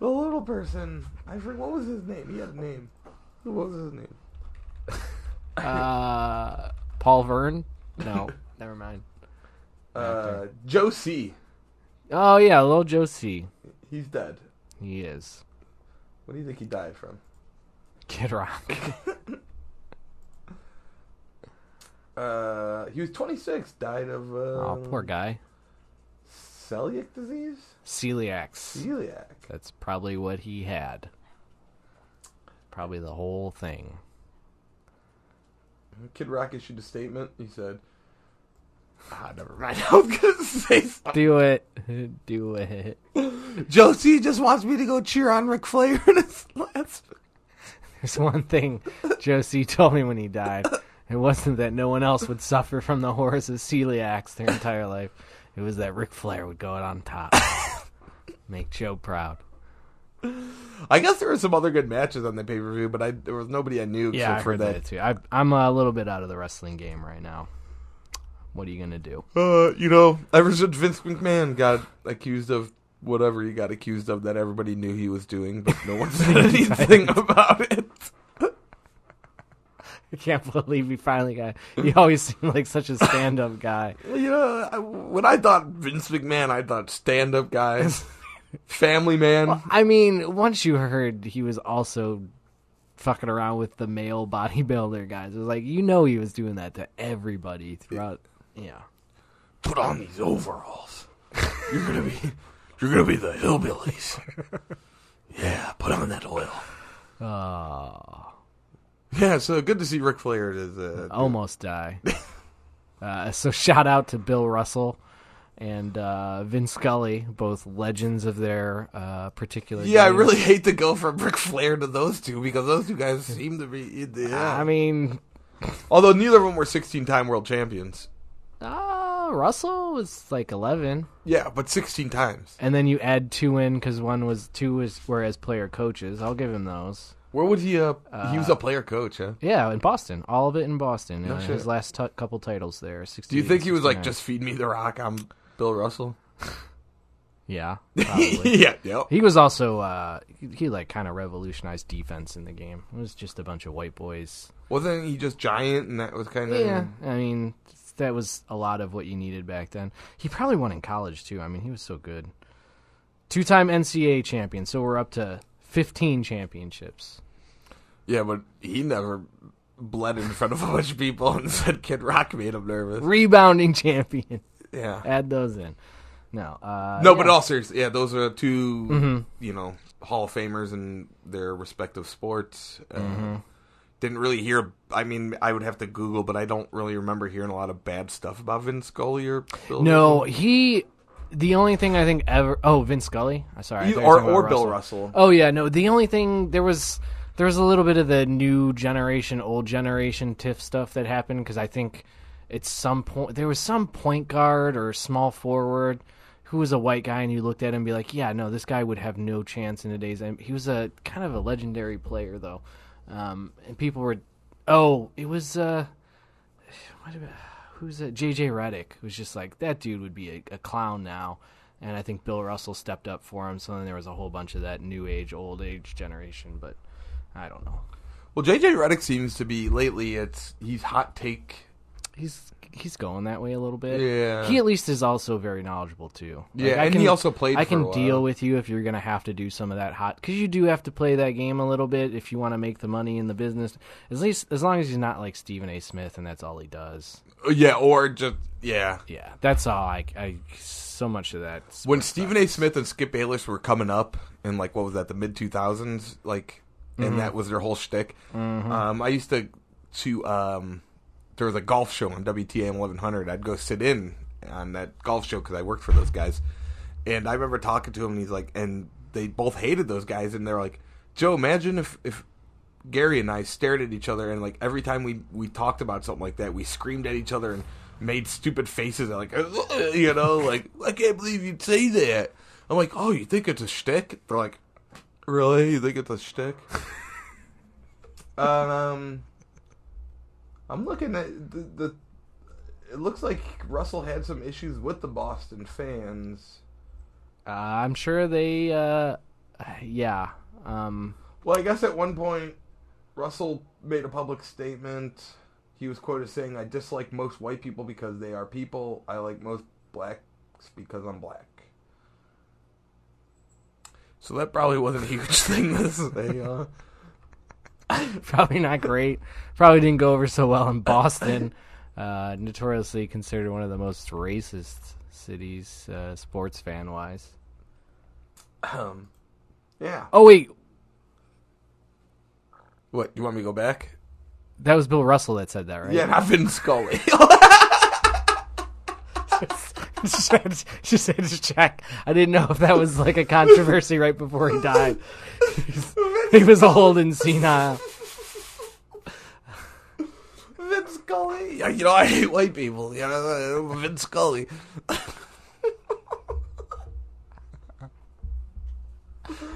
[SPEAKER 2] the little person. I forget what was his name. He had a name. What was his name?
[SPEAKER 1] Uh, Paul Verne? No, never mind.
[SPEAKER 2] Uh, Joe C.
[SPEAKER 1] Oh yeah, little Joe C.
[SPEAKER 2] He's dead.
[SPEAKER 1] He is
[SPEAKER 2] What do you think he died from?
[SPEAKER 1] Kid Rock.
[SPEAKER 2] Uh, he was 26. Died of uh,
[SPEAKER 1] oh, poor guy.
[SPEAKER 2] celiac disease,
[SPEAKER 1] Celiacs.
[SPEAKER 2] celiac.
[SPEAKER 1] That's probably what he had. Probably the whole thing.
[SPEAKER 2] Kid Rock issued a statement. He said, "Ah, never mind. I was gonna say something."
[SPEAKER 1] Do it. Do it.
[SPEAKER 2] Josie just wants me to go cheer on Ric Flair in his last.
[SPEAKER 1] There's one thing Josie told me when he died. It wasn't that no one else would suffer from the horrors of celiacs their entire life. It was that Ric Flair would go out on top. Make Joe proud.
[SPEAKER 2] I guess there were some other good matches on the pay per view, but I, there was nobody I knew
[SPEAKER 1] Yeah, I
[SPEAKER 2] except for
[SPEAKER 1] heard that,
[SPEAKER 2] that.
[SPEAKER 1] too. I, I'm a little bit out of the wrestling game right now. What are you gonna do?
[SPEAKER 2] Uh, you know, ever since Vince McMahon got accused of whatever he got accused of that everybody knew he was doing, but no one said anything about it.
[SPEAKER 1] I can't believe he finally got. He always seemed like such a stand-up guy.
[SPEAKER 2] You know, I, when I thought Vince McMahon, I thought stand-up guys, family man.
[SPEAKER 1] I mean, once you heard he was also fucking around with the male bodybuilder guys, it was like you know he was doing that to everybody throughout. Yeah,
[SPEAKER 2] Put on these overalls. You're gonna be, you're gonna be the hillbillies. Yeah, put on that oil. Yeah, so good to see Ric Flair. Is uh,
[SPEAKER 1] almost die. uh, so shout out to Bill Russell. And uh, Vin Scully, both legends of their uh, particular.
[SPEAKER 2] yeah, I
[SPEAKER 1] games.
[SPEAKER 2] really hate to go from Ric Flair to those two because those two guys seem to be. Yeah.
[SPEAKER 1] I mean,
[SPEAKER 2] Although neither of them were 16-time world champions.
[SPEAKER 1] uh, Russell was like eleven.
[SPEAKER 2] Yeah, but 16 times.
[SPEAKER 1] and then you add two in because one was two was were as player coaches. I'll give him those.
[SPEAKER 2] Where was he? Uh, he was a player coach, huh?
[SPEAKER 1] Yeah, in Boston, all of it in Boston. uh,
[SPEAKER 2] shit.
[SPEAKER 1] His last t- couple titles there. 68,
[SPEAKER 2] Do you think he was like
[SPEAKER 1] 69.
[SPEAKER 2] just feed me the rock? I'm Bill Russell.
[SPEAKER 1] Yeah, probably.
[SPEAKER 2] yeah, yep.
[SPEAKER 1] he was also uh, he, he, like kind of revolutionized defense in the game. It was just a bunch of white boys.
[SPEAKER 2] Wasn't he just giant, and that was kind of
[SPEAKER 1] Yeah, I mean that was a lot of what you needed back then. He probably won in college too. I mean he was so good. Two-time NCAA champion, so we're up to fifteen championships.
[SPEAKER 2] Yeah, but he never bled in front of a bunch of people and said Kid Rock made him nervous.
[SPEAKER 1] Rebounding champion.
[SPEAKER 2] Yeah,
[SPEAKER 1] add those in. No, uh,
[SPEAKER 2] no,
[SPEAKER 1] yeah.
[SPEAKER 2] but in all seriously, yeah, those are 2 you know Hall of Famers in their respective sports. Uh, Didn't really hear. I mean, I would have to Google, but I don't really remember hearing a lot of bad stuff about Vince Scully or Bill.
[SPEAKER 1] no, he. The only thing I think ever. Oh, Vince Scully. I'm sorry, I
[SPEAKER 2] Russell. You-
[SPEAKER 1] thought you were
[SPEAKER 2] or
[SPEAKER 1] talking about
[SPEAKER 2] or Bill Russell.
[SPEAKER 1] Oh yeah, no. The only thing there was there was a little bit of the new generation, old generation TIFF stuff that happened because I think at some point there was some point guard or small forward who was a white guy, and you looked at him and be like, yeah, no, this guy would have no chance in today's. M-" He was a kind of a legendary player though, um, and people were. Oh, it was. Uh, what about, who's that? JJ Reddick was just like that dude would be a, a clown now, and I think Bill Russell stepped up for him. So then there was a whole bunch of that new age, old age generation, but I don't know.
[SPEAKER 2] Well, JJ Redick seems to be lately. It's he's hot take.
[SPEAKER 1] He's he's going that way a little bit.
[SPEAKER 2] Yeah.
[SPEAKER 1] he at least is also very knowledgeable too. Like,
[SPEAKER 2] Yeah,
[SPEAKER 1] I
[SPEAKER 2] and he also played
[SPEAKER 1] I
[SPEAKER 2] for
[SPEAKER 1] can
[SPEAKER 2] a while.
[SPEAKER 1] deal with you if you're gonna have to do some of that hot because you do have to play that game a little bit if you want to make the money in the business. At least as long as he's not like Stephen A. Smith and that's all he does.
[SPEAKER 2] Uh, Yeah, or just yeah.
[SPEAKER 1] Yeah, that's all. I, I so much of that.
[SPEAKER 2] When Stephen A. Smith and Skip Bayless were coming up in like what was that the mid two thousands like, and that was their whole shtick. Um, I used to to um, there was a golf show on WTAM eleven hundred. I'd go sit in on that golf show because I worked for those guys, and I remember talking to him. and He's like, and they both hated those guys, and they're like, Joe, imagine if if Gary and I stared at each other, and like every time we we talked about something like that, we screamed at each other and made stupid faces, like you know, like I can't believe you'd say that. I'm like, oh, you think it's a shtick? They're like, really? You think it's a shtick? um, I'm looking at the, the. It looks like Russell had some issues with the Boston fans.
[SPEAKER 1] Uh, I'm sure they. Uh, yeah. Um,
[SPEAKER 2] Well, I guess at one point, Russell made a public statement. He was quoted saying, I dislike most white people because they are people. I like most blacks because I'm black. So that probably wasn't a huge thing to say, huh?
[SPEAKER 1] probably not great. probably didn't go over so well in Boston. Uh, notoriously considered one of the most racist cities, uh, sports fan wise.
[SPEAKER 2] Um, yeah.
[SPEAKER 1] Oh wait,
[SPEAKER 2] What, you want me to go back?
[SPEAKER 1] that was Bill Russell that said that, right?
[SPEAKER 2] Yeah, not Vin Scully.
[SPEAKER 1] just, had to- just had to check. I didn't know if that was like a controversy right before he died. he was old and senile.
[SPEAKER 2] Vin Scully. Yeah, You know, I hate white people. You know, Vin Scully.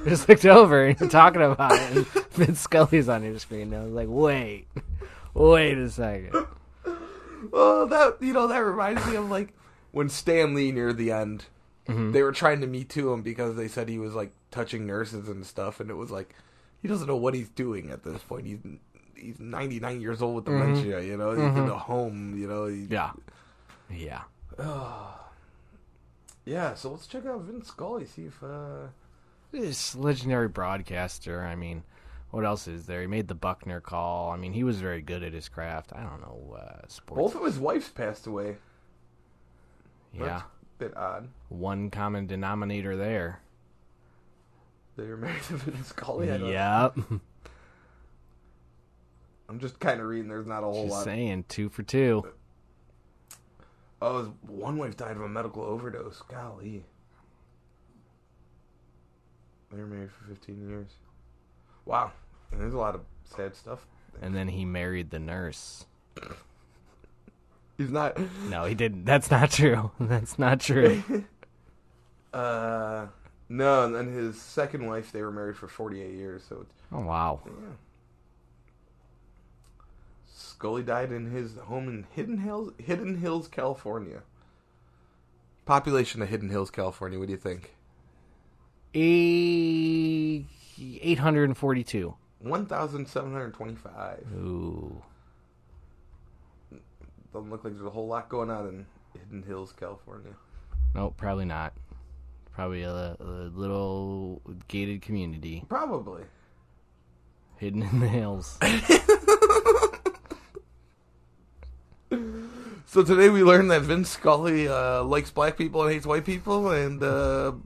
[SPEAKER 1] just looked over and you're talking about it, and Vince Scully's on your screen. And I was like, wait, wait a second.
[SPEAKER 2] Oh, that you know that reminds me of like when Stan Lee near the end,
[SPEAKER 1] Mm-hmm.
[SPEAKER 2] they were trying to me too him because they said he was like touching nurses and stuff, and it was like he doesn't know what he's doing at this point. He's he's 99 years old with dementia. You know, he's in a home. You know, he-
[SPEAKER 1] Mm-hmm. Yeah. Yeah.
[SPEAKER 2] yeah. So let's check out Vince Scully. See if uh,
[SPEAKER 1] This legendary broadcaster. I mean, what else is there? He made the Buckner call. I mean, he was very good at his craft. I don't know uh, sports.
[SPEAKER 2] both of his wives passed away.
[SPEAKER 1] yeah,
[SPEAKER 2] That's a bit odd.
[SPEAKER 1] one common denominator there.
[SPEAKER 2] They were married to Vince Scully. I don't-
[SPEAKER 1] Yep.
[SPEAKER 2] I'm just kind of reading. There's not a whole
[SPEAKER 1] Just
[SPEAKER 2] lot.
[SPEAKER 1] saying, two for two.
[SPEAKER 2] Oh, his one wife died of a medical overdose. Golly. They were married for 15 years. Wow. And there's a lot of sad stuff.
[SPEAKER 1] And then he married the nurse.
[SPEAKER 2] He's not.
[SPEAKER 1] No, he didn't. That's not true. That's not true.
[SPEAKER 2] Uh, no, and then his second wife, they were married for 48 years. So, it's,
[SPEAKER 1] Oh wow.
[SPEAKER 2] yeah. Scully died in his home in Hidden Hills, Hidden Hills, California. Population of Hidden Hills, California. What do you think?
[SPEAKER 1] E- 842.
[SPEAKER 2] 1,725.
[SPEAKER 1] Ooh.
[SPEAKER 2] Doesn't look like there's a whole lot going on in Hidden Hills, California.
[SPEAKER 1] Nope, probably not. Probably a, a little gated community
[SPEAKER 2] Probably.
[SPEAKER 1] hidden in the hills.
[SPEAKER 2] So today we learned that Vince Scully uh, likes black people and hates white people, and uh,
[SPEAKER 1] oh,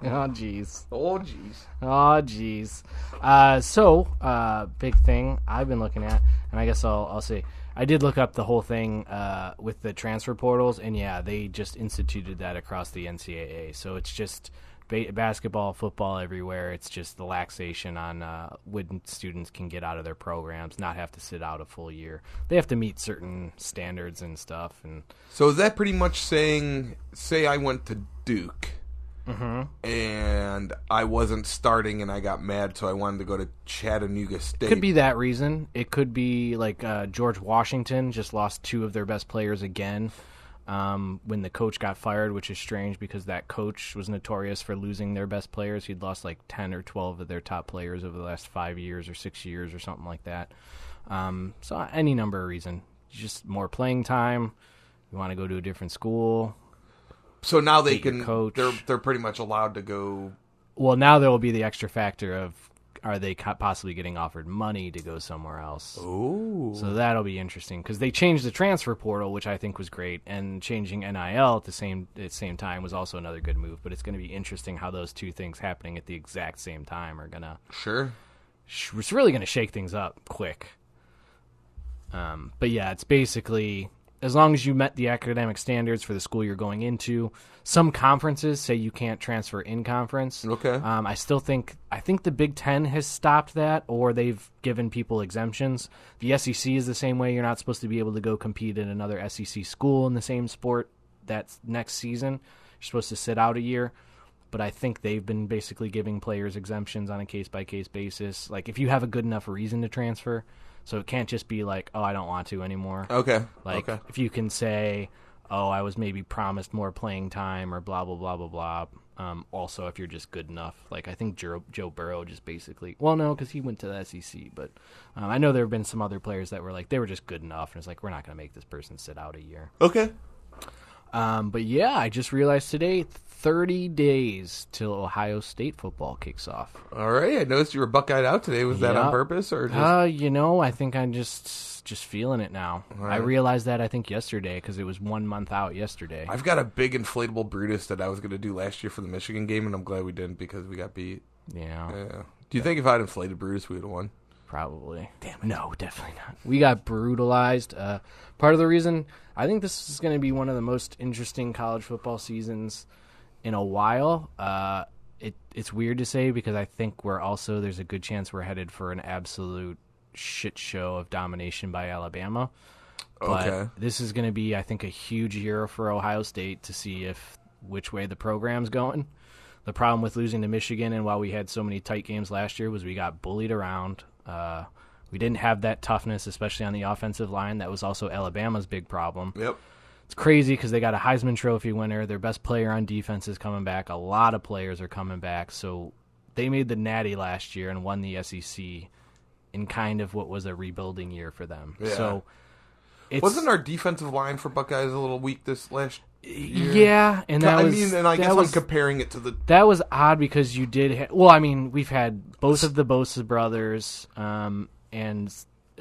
[SPEAKER 1] jeez.
[SPEAKER 2] oh jeez,
[SPEAKER 1] Oh, jeez. Uh, so, uh, big thing I've been looking at, and I guess I'll, I'll say, I did look up the whole thing uh, with the transfer portals, and yeah, they just instituted that across the NCAA. So it's just ba- basketball, football everywhere. It's just the laxation on uh, when students can get out of their programs, not have to sit out a full year. They have to meet certain standards and stuff, and
[SPEAKER 2] So is that pretty much saying, say I went to Duke,
[SPEAKER 1] Mm-hmm.
[SPEAKER 2] and I wasn't starting, and I got mad, so I wanted to go to Chattanooga State.
[SPEAKER 1] could be that reason. It could be like uh, George Washington just lost two of their best players again um, when the coach got fired, which is strange because that coach was notorious for losing their best players. He'd lost like ten or twelve of their top players over the last five years or six years or something like that. Um, so any number of reason, just more playing time. You want to go to a different school.
[SPEAKER 2] so now they
[SPEAKER 1] your
[SPEAKER 2] can.
[SPEAKER 1] coach.
[SPEAKER 2] They're they're pretty much allowed to go.
[SPEAKER 1] Well, now there will be the extra factor of are they co- possibly getting offered money to go somewhere else?
[SPEAKER 2] Oh,
[SPEAKER 1] So that'll be interesting because they changed the transfer portal, which I think was great, and changing NIL at the same at the same time was also another good move. But it's going to be interesting how those two things happening at the exact same time are gonna
[SPEAKER 2] sure.
[SPEAKER 1] sh- it's really going to shake things up quick. Um, but yeah, it's basically as long as you met the academic standards for the school you're going into. Some conferences say you can't transfer in conference.
[SPEAKER 2] Okay.
[SPEAKER 1] Um, I still think I think the Big Ten has stopped that, or they've given people exemptions. The SEC is the same way. You're not supposed to be able to go compete in another SEC school in the same sport that next season. You're supposed to sit out a year but I think they've been basically giving players exemptions on a case by case basis. Like if you have a good enough reason to transfer, so it can't just be like, oh, I don't want to anymore.
[SPEAKER 2] Okay.
[SPEAKER 1] Like
[SPEAKER 2] okay.
[SPEAKER 1] if you can say, oh, I was maybe promised more playing time or blah blah blah blah blah. Um, also, if you're just good enough, like I think Joe, Joe Burrow just basically, well, no, because he went to the SEC, but um, I know there have been some other players that were like they were just good enough, and it's like we're not going to make this person sit out a year.
[SPEAKER 2] Okay.
[SPEAKER 1] Um, but yeah, I just realized today, 30 days till Ohio State football kicks off.
[SPEAKER 2] All right. I noticed you were buckeyed out today. Was that on
[SPEAKER 1] Yeah.
[SPEAKER 2] purpose or just?
[SPEAKER 1] Uh, you know, I think I'm just just feeling it now. I realized that I think yesterday because it was one month out yesterday.
[SPEAKER 2] I've got a big inflatable Brutus that I was going to do last year for the Michigan game, and I'm glad we didn't because we got beat.
[SPEAKER 1] yeah,
[SPEAKER 2] Yeah. Do you think if I had inflated Brutus, we would have won?
[SPEAKER 1] probably. Damn. No, definitely not. We got brutalized. Uh, part of the reason I think this is going to be one of the most interesting college football seasons in a while. Uh, it it's weird to say because I think we're also there's a good chance we're headed for an absolute shit show of domination by Alabama. But
[SPEAKER 2] Okay.
[SPEAKER 1] this is going to be, I think, a huge year for Ohio State to see if which way the program's going. The problem with losing to Michigan and while we had so many tight games last year was we got bullied around. Uh, we didn't have that toughness, especially on the offensive line. That was also Alabama's big problem.
[SPEAKER 2] Yep.
[SPEAKER 1] It's crazy because they got a Heisman Trophy winner. Their best player on defense is coming back. A lot of players are coming back. So they made the Natty last year and won the SEC. E in kind of what was a rebuilding year for them.
[SPEAKER 2] Yeah.
[SPEAKER 1] So it's,
[SPEAKER 2] Wasn't our defensive line for Buckeyes a little weak this last?
[SPEAKER 1] yeah, and that
[SPEAKER 2] I
[SPEAKER 1] was
[SPEAKER 2] mean, and I
[SPEAKER 1] that
[SPEAKER 2] guess
[SPEAKER 1] was,
[SPEAKER 2] I'm comparing it to the
[SPEAKER 1] that was odd because you did. Ha- well, I mean, we've had both of the Bosa brothers um, and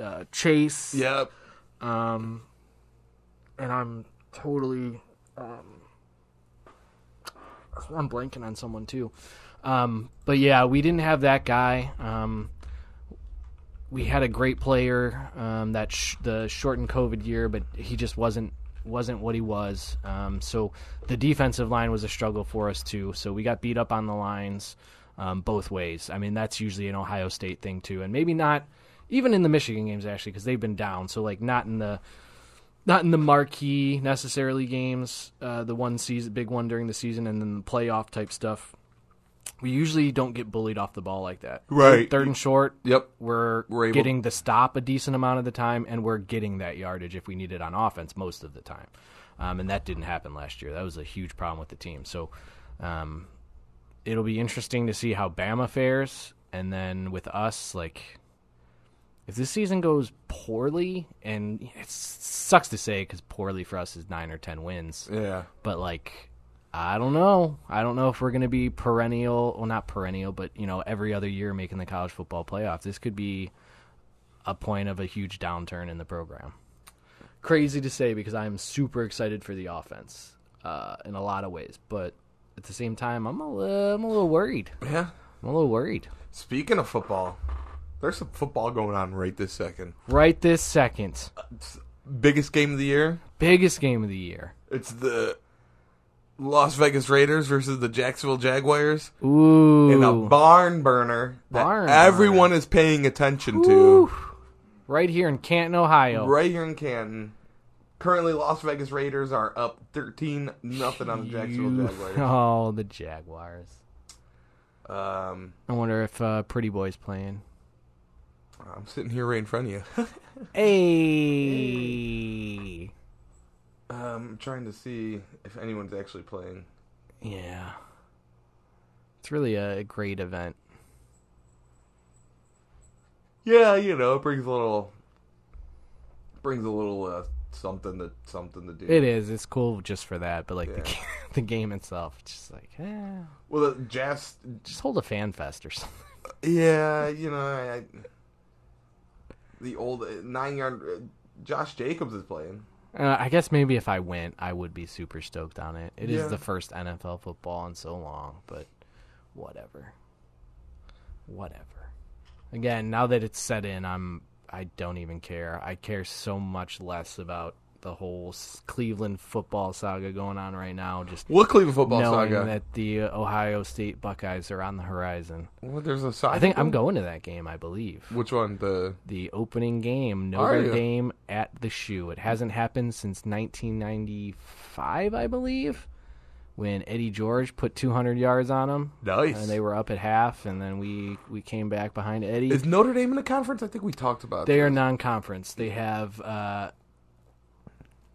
[SPEAKER 1] uh, Chase.
[SPEAKER 2] yeah.
[SPEAKER 1] Um, and I'm totally. Um, I'm blanking on someone too. Um, but yeah, we didn't have that guy. Um, we had a great player um, that sh- the shortened COVID year, but he just wasn't wasn't what he was. Um, so the defensive line was a struggle for us too. So we got beat up on the lines um, both ways. I mean, that's usually an Ohio State thing too, and maybe not even in the Michigan games actually because they've been down. So like not in the not in the marquee necessarily games, uh, the one season, big one during the season, and then the playoff type stuff. We usually don't get bullied off the ball like that.
[SPEAKER 2] Right.
[SPEAKER 1] Third and short,
[SPEAKER 2] Yep.
[SPEAKER 1] we're,
[SPEAKER 2] We're able-
[SPEAKER 1] getting the stop a decent amount of the time, and we're getting that yardage if we need it on offense most of the time. Um, and that didn't happen last year. That was a huge problem with the team. So um, it'll be interesting to see how Bama fares, and then with us, like if this season goes poorly, and it sucks to say because poorly for us is nine or ten wins
[SPEAKER 2] Yeah.
[SPEAKER 1] but like I don't know. I don't know if we're going to be perennial, well not perennial, but you know, every other year making the college football playoff. This could be a point of a huge downturn in the program. Crazy to say because I'm super excited for the offense uh, in a lot of ways, but at the same time, I'm a li- I'm a little worried.
[SPEAKER 2] Yeah.
[SPEAKER 1] I'm a little worried.
[SPEAKER 2] Speaking of football, there's some football going on right this second.
[SPEAKER 1] Right this second,
[SPEAKER 2] Biggest game of the year.
[SPEAKER 1] biggest game of the year.
[SPEAKER 2] It's the Las Vegas Raiders versus the Jacksonville Jaguars
[SPEAKER 1] Ooh,
[SPEAKER 2] in a barn burner that
[SPEAKER 1] Barn
[SPEAKER 2] everyone is paying attention to
[SPEAKER 1] Ooh. right here in Canton, Ohio.
[SPEAKER 2] right here in Canton. Currently, Las Vegas Raiders are up thirteen nothing on the Jacksonville
[SPEAKER 1] You-
[SPEAKER 2] Jaguars.
[SPEAKER 1] Oh, the Jaguars.
[SPEAKER 2] Um,
[SPEAKER 1] I wonder if uh, Pretty Boy's playing.
[SPEAKER 2] I'm sitting here right in front of you.
[SPEAKER 1] Hey.
[SPEAKER 2] um, I'm trying to see if anyone's actually playing.
[SPEAKER 1] Yeah. It's really a great event.
[SPEAKER 2] Yeah, you know, it brings a little, brings a little uh, something to something to do.
[SPEAKER 1] It is. It's cool just for that, but like the
[SPEAKER 2] Yeah.
[SPEAKER 1] the the game itself, it's just like, eh,
[SPEAKER 2] Well, the Jazz.
[SPEAKER 1] just hold a fan fest or something.
[SPEAKER 2] Yeah, you know, I, I, the old uh, nine yard. Uh, Josh Jacobs is playing.
[SPEAKER 1] Uh, I guess maybe if I went, I would be super stoked on it. It is
[SPEAKER 2] Yeah.
[SPEAKER 1] the first NFL football in so long, but whatever. Whatever. Again, now that it's set in, I'm I don't even care. I care so much less about the whole s- Cleveland football saga going on right now. Just
[SPEAKER 2] What Cleveland football
[SPEAKER 1] knowing
[SPEAKER 2] saga?
[SPEAKER 1] that the uh, Ohio State Buckeyes are on the horizon.
[SPEAKER 2] Well, there's a saga.
[SPEAKER 1] I think I'm going to that game. I believe
[SPEAKER 2] Which one? The
[SPEAKER 1] the opening game,
[SPEAKER 2] Are
[SPEAKER 1] Notre
[SPEAKER 2] you?
[SPEAKER 1] Dame at the shoe. It hasn't happened since 1995, I believe, when Eddie George put 200 yards on them.
[SPEAKER 2] nice.
[SPEAKER 1] And they were up at half, and then we, we came back behind Eddie.
[SPEAKER 2] Is Notre Dame in the conference? I think we talked about.
[SPEAKER 1] they are non conference. They have uh,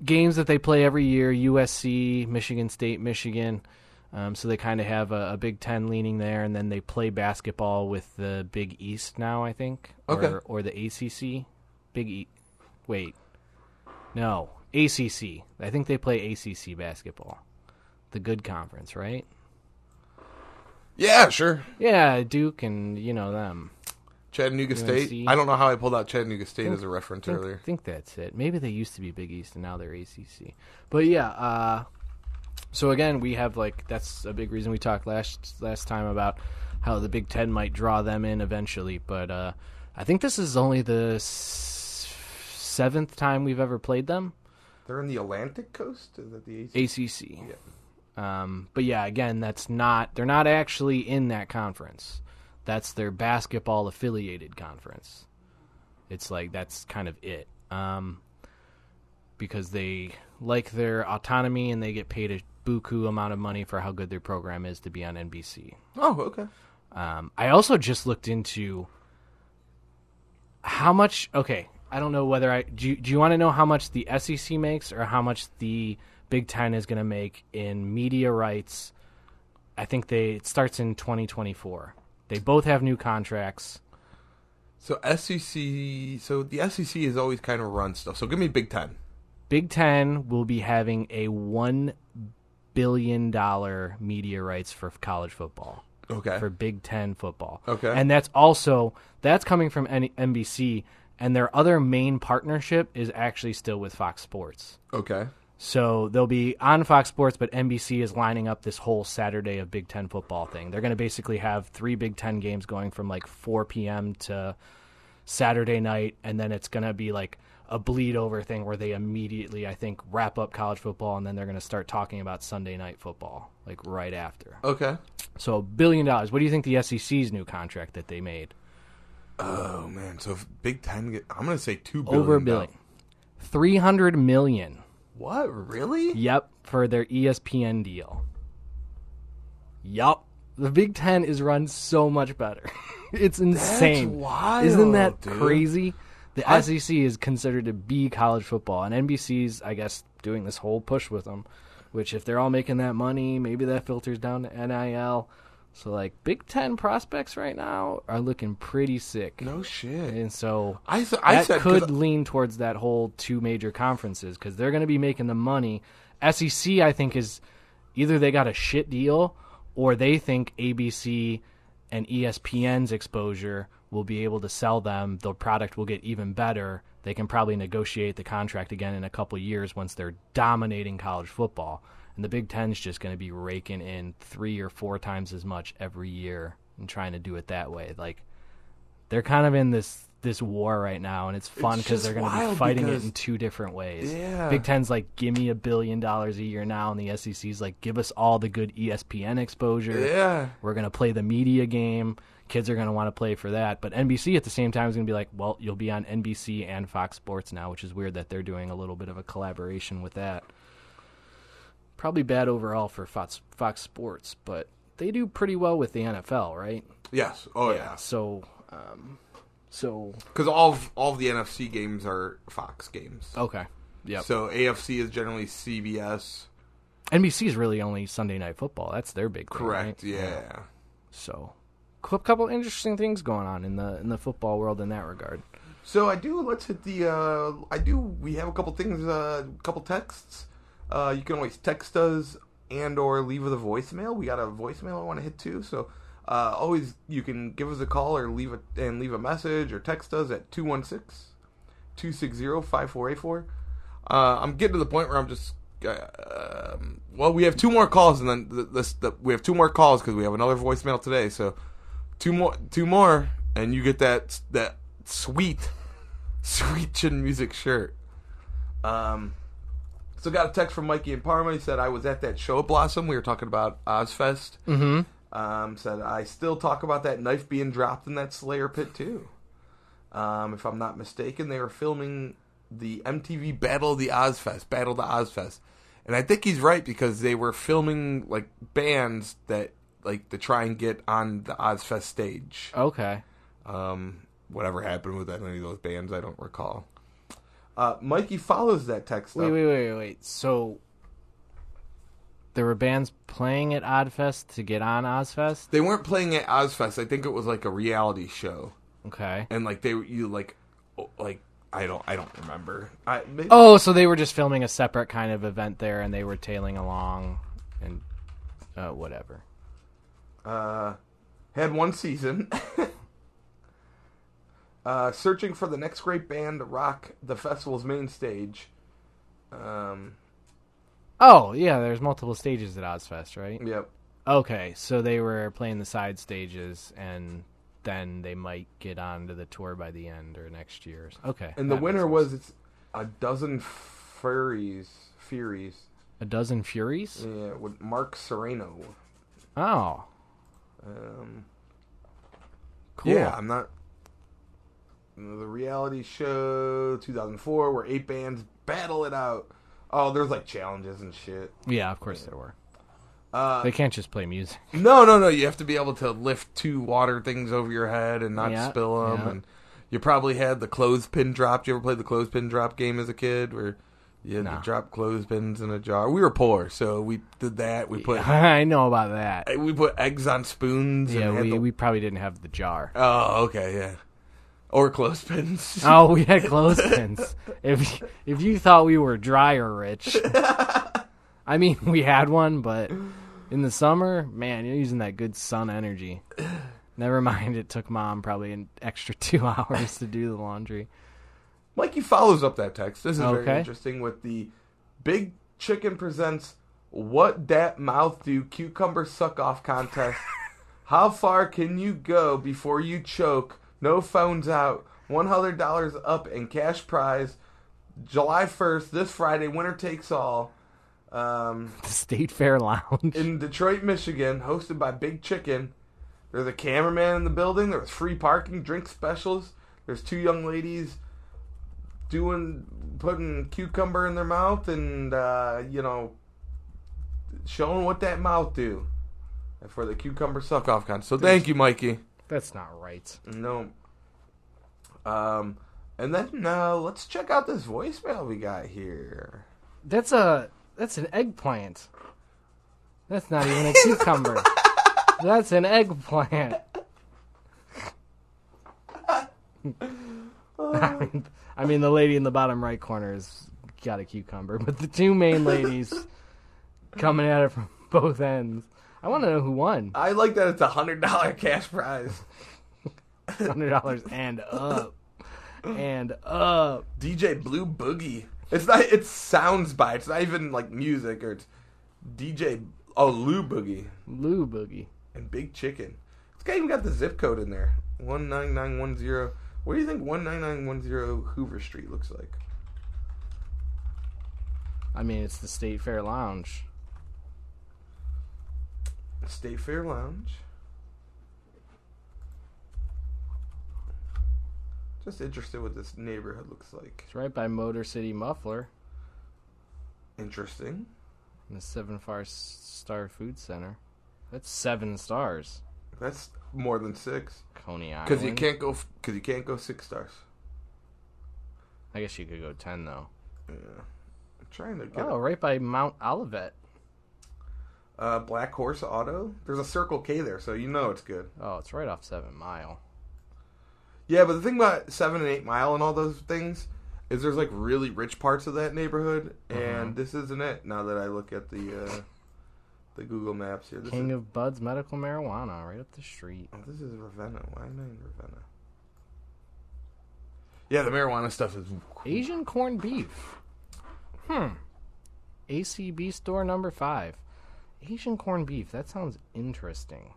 [SPEAKER 1] games that they play every year USC, Michigan State, Michigan. Um, so they kind of have a, a Big Ten leaning there, and then they play basketball with the Big East now, I think.
[SPEAKER 2] Okay.
[SPEAKER 1] Or, or the ACC. Big E. Wait. No. ACC. I think they play ACC basketball. The good conference, right?
[SPEAKER 2] yeah, sure.
[SPEAKER 1] Yeah, Duke and, you know, them.
[SPEAKER 2] Chattanooga State.
[SPEAKER 1] UNC.
[SPEAKER 2] I don't know how I pulled out Chattanooga State
[SPEAKER 1] Oh,
[SPEAKER 2] as a reference
[SPEAKER 1] think-
[SPEAKER 2] earlier.
[SPEAKER 1] think that's it. Maybe they used to be Big East and now they're ACC. But yeah, uh, so again, we have like that's a big reason we talked last last time about how the Big Ten might draw them in eventually. But uh, I think this is only the s- seventh time we've ever played them.
[SPEAKER 2] They're in the Atlantic Coast. Is that the AC?
[SPEAKER 1] ACC. Um, but yeah, again, that's not they're not actually in that conference. That's their basketball affiliated conference. It's like that's kind of it. Um, because they like their autonomy and they get paid a buku amount of money for how good their program is to be on NBC.
[SPEAKER 2] Oh, okay.
[SPEAKER 1] Um, I also just looked into how much. Okay, I don't know whether I do. You, do you want to know how much the SEC makes or how much the Big Ten is going to make in media rights? I think they it starts in 2024. They both have new contracts.
[SPEAKER 2] So SEC, so the SEC is always kind of run stuff. So give me Big Ten.
[SPEAKER 1] Big Ten will be having a one billion dollar media rights for college football.
[SPEAKER 2] Okay.
[SPEAKER 1] for Big Ten football.
[SPEAKER 2] Okay.
[SPEAKER 1] And that's also that's coming from N- NBC, and their other main partnership is actually still with Fox Sports.
[SPEAKER 2] okay.
[SPEAKER 1] So they'll be on Fox Sports, but NBC is lining up this whole Saturday of Big Ten football thing. They're going to basically have three Big Ten games going from like 4 p.m. to Saturday night, and then it's going to be like a bleed over thing where they immediately, I think, wrap up college football, and then they're going to start talking about Sunday night football, like right after.
[SPEAKER 2] Okay.
[SPEAKER 1] So a billion dollars. What do you think the SEC's new contract that they made?
[SPEAKER 2] Oh man, so if Big Ten, get, I'm gonna say two billion.
[SPEAKER 1] Over a billion.
[SPEAKER 2] now.
[SPEAKER 1] Three hundred million.
[SPEAKER 2] What really?
[SPEAKER 1] Yep, for their E ESPN deal. Yup. The Big Ten is run so much better. it's insane.
[SPEAKER 2] wild,
[SPEAKER 1] Isn't that
[SPEAKER 2] dude.
[SPEAKER 1] crazy? The SEC is considered to be college football, and NBC's, I guess, doing this whole push with them. Which, if they're all making that money, maybe that filters down to NIL. So, like, Big Ten prospects right now are looking pretty sick.
[SPEAKER 2] No shit.
[SPEAKER 1] And so
[SPEAKER 2] I s-
[SPEAKER 1] that
[SPEAKER 2] I said 'cause
[SPEAKER 1] could lean towards that whole two major conferences because they're going to be making the money. SEC, I think, is either they got a shit deal or they think ABC and E ESPN's exposure will be able to sell them. The product will get even better. They can probably negotiate the contract again in a couple years once they're dominating college football. And the Big Ten's just going to be raking in three or four times as much every year and trying to do it that way. Like, they're kind of in this this war right now, and it's fun
[SPEAKER 2] It's
[SPEAKER 1] because
[SPEAKER 2] just
[SPEAKER 1] they're going to be
[SPEAKER 2] wild
[SPEAKER 1] fighting it
[SPEAKER 2] because-
[SPEAKER 1] in two different ways.
[SPEAKER 2] Yeah.
[SPEAKER 1] Big Ten's like, give me a billion dollars a year now, and the SEC's like, give us all the good E ESPN exposure.
[SPEAKER 2] Yeah.
[SPEAKER 1] We're going to play the media game. Kids are going to want to play for that. But NBC at the same time is going to be like, well, you'll be on NBC and Fox Sports now, which is weird that they're doing a little bit of a collaboration with that. Probably bad overall for Fox, Fox Sports, but they do pretty well with the NFL, right?
[SPEAKER 2] Yes. Oh yeah.
[SPEAKER 1] So, um, so
[SPEAKER 2] Because all of, all of the NFC games are Fox games.
[SPEAKER 1] okay, yeah.
[SPEAKER 2] So AFC is generally CBS.
[SPEAKER 1] NBC is really only Sunday Night Football. That's their big thing,
[SPEAKER 2] Correct.
[SPEAKER 1] right?
[SPEAKER 2] Yeah.
[SPEAKER 1] So, a couple interesting things going on in the in the football world in that regard.
[SPEAKER 2] So I do. Let's hit the. Uh, I do. We have a couple things. A uh, couple texts. Uh, you can always text us and or leave us a voicemail. We got a voicemail I want to hit too. So uh, always you can give us a call or leave a and leave a message or text us at 216-260-5484. Uh, I'm getting to the point where I'm just. Uh, um, well, we have two more calls, and then th this the, we have two more calls because we have another voicemail today. So two more, two more, and you get that that sweet, sweet chin music shirt. Um, so got a text from Mikey in Parma. He said I was at that show at Blossom. We were talking about Ozfest. Mm-hmm. Um, said I still talk about that knife being dropped in that Slayer pit too. Um, if I'm not mistaken, they were filming the MTV Battle of the Ozfest, Battle of the Ozfest, and I think he's right because they were filming like bands that like to try and get on the Ozfest stage.
[SPEAKER 1] Okay,
[SPEAKER 2] Um, whatever happened with any of those bands, I don't recall. Uh, Mikey follows that text.
[SPEAKER 1] wait,
[SPEAKER 2] up.
[SPEAKER 1] wait, wait, wait. So, there were bands playing at Oddfest to get on Ozfest.
[SPEAKER 2] They weren't playing at Ozfest. I think it was like a reality show,
[SPEAKER 1] Okay.
[SPEAKER 2] and like they were you like, oh, like I don't I don't remember. I maybe,
[SPEAKER 1] Oh, so they were just filming a separate kind of event there, and they were tailing along, and uh, whatever.
[SPEAKER 2] uh, had one season. uh, searching for the next great band to rock the festival's main stage. Um,
[SPEAKER 1] Oh yeah, there's multiple stages at Ozfest, right?
[SPEAKER 2] yep.
[SPEAKER 1] Okay, so they were playing the side stages, and then they might get onto the tour by the end or next year's. Okay,
[SPEAKER 2] And the
[SPEAKER 1] that
[SPEAKER 2] winner
[SPEAKER 1] makes sense.
[SPEAKER 2] was it's a dozen furries, furies.
[SPEAKER 1] a dozen Furies.
[SPEAKER 2] Yeah, with Mark Serrano.
[SPEAKER 1] Oh,
[SPEAKER 2] Um,
[SPEAKER 1] cool.
[SPEAKER 2] Yeah, I'm not. The reality show 2004, where eight bands battle it out. Oh, there's like challenges and shit.
[SPEAKER 1] Yeah, of course there were.
[SPEAKER 2] Uh,
[SPEAKER 1] They can't just play music.
[SPEAKER 2] No, no, no. You have to be able to lift two water things over your head and not
[SPEAKER 1] Yeah,
[SPEAKER 2] spill 'em spill them.
[SPEAKER 1] yeah.
[SPEAKER 2] And you probably had the clothespin drop. You ever played the clothespin drop game as a kid, where you had
[SPEAKER 1] No.
[SPEAKER 2] to drop clothespins in a jar? We were poor, so we did that. We put
[SPEAKER 1] I know about that.
[SPEAKER 2] we put eggs on spoons.
[SPEAKER 1] Yeah,
[SPEAKER 2] and had
[SPEAKER 1] we,
[SPEAKER 2] the-
[SPEAKER 1] we probably didn't have the jar.
[SPEAKER 2] Oh, okay, yeah. or clothespins.
[SPEAKER 1] Oh, we had clothespins. if if you thought we were dryer rich, I mean we had one, but in the summer, man, you're using that good sun energy. Never mind, it took mom probably an extra two hours to do the laundry.
[SPEAKER 2] Mikey follows up that text. This is
[SPEAKER 1] Okay.
[SPEAKER 2] very interesting with the Big Chicken presents What Dat Mouth Do Cucumber Suck Off Contest. How far can you go before you choke? No phones out. $100 up and cash prize. July 1st, this Friday, winner takes all. Um,
[SPEAKER 1] The State Fair Lounge.
[SPEAKER 2] in Detroit, Michigan, hosted by Big Chicken. There's a cameraman in the building. There's free parking, drink specials. There's two young ladies doing putting cucumber in their mouth and uh, you know showing what that mouth do for the cucumber suck off contest. So thank you, Mikey.
[SPEAKER 1] That's not right.
[SPEAKER 2] No. Um, and then uh, let's check out this voicemail we got here.
[SPEAKER 1] That's a that's an eggplant. That's not even a cucumber. that's an eggplant. I mean, I mean, the lady in the bottom right corner has got a cucumber, but the two main ladies coming at it from both ends. I want to know who won.
[SPEAKER 2] I like that it's a hundred dollar cash prize.
[SPEAKER 1] Hundred dollars and up, and up.
[SPEAKER 2] DJ Blue Boogie. It's not. It sounds by. It's not even like music or it's DJ. Oh, Lou Boogie
[SPEAKER 1] Lou boogie.
[SPEAKER 2] and Big Chicken. This guy even got the zip code in there. One nine nine one zero. What do you think one nine nine one zero Hoover Street looks like?
[SPEAKER 1] I mean, it's the State Fair Lounge.
[SPEAKER 2] State Fair Lounge. Just interested what this neighborhood looks like.
[SPEAKER 1] It's right by Motor City Muffler.
[SPEAKER 2] Interesting.
[SPEAKER 1] in the seven far S- star food center. That's seven stars.
[SPEAKER 2] That's more than six
[SPEAKER 1] Coney Island.
[SPEAKER 2] because you can't go because you can't go six stars.
[SPEAKER 1] I guess you could go ten though.
[SPEAKER 2] Yeah. I'm trying to get.
[SPEAKER 1] Oh, right by Mount Olivet.
[SPEAKER 2] Uh, Black Horse Auto. There's a Circle K there, so you know it's good.
[SPEAKER 1] Oh, it's right off Seven Mile.
[SPEAKER 2] Yeah, but the thing about Seven and Eight Mile and all those things is there's like really rich parts of that neighborhood, and this isn't it. Now that I look at the uh, the Google Maps here, this
[SPEAKER 1] King
[SPEAKER 2] is
[SPEAKER 1] of Bud's Medical Marijuana, right up the street.
[SPEAKER 2] oh, this is Ravenna. Why am I in Ravenna? Yeah, the marijuana stuff is.
[SPEAKER 1] Asian corned beef. Hmm. ACB store number five. Asian corned beef. That sounds interesting.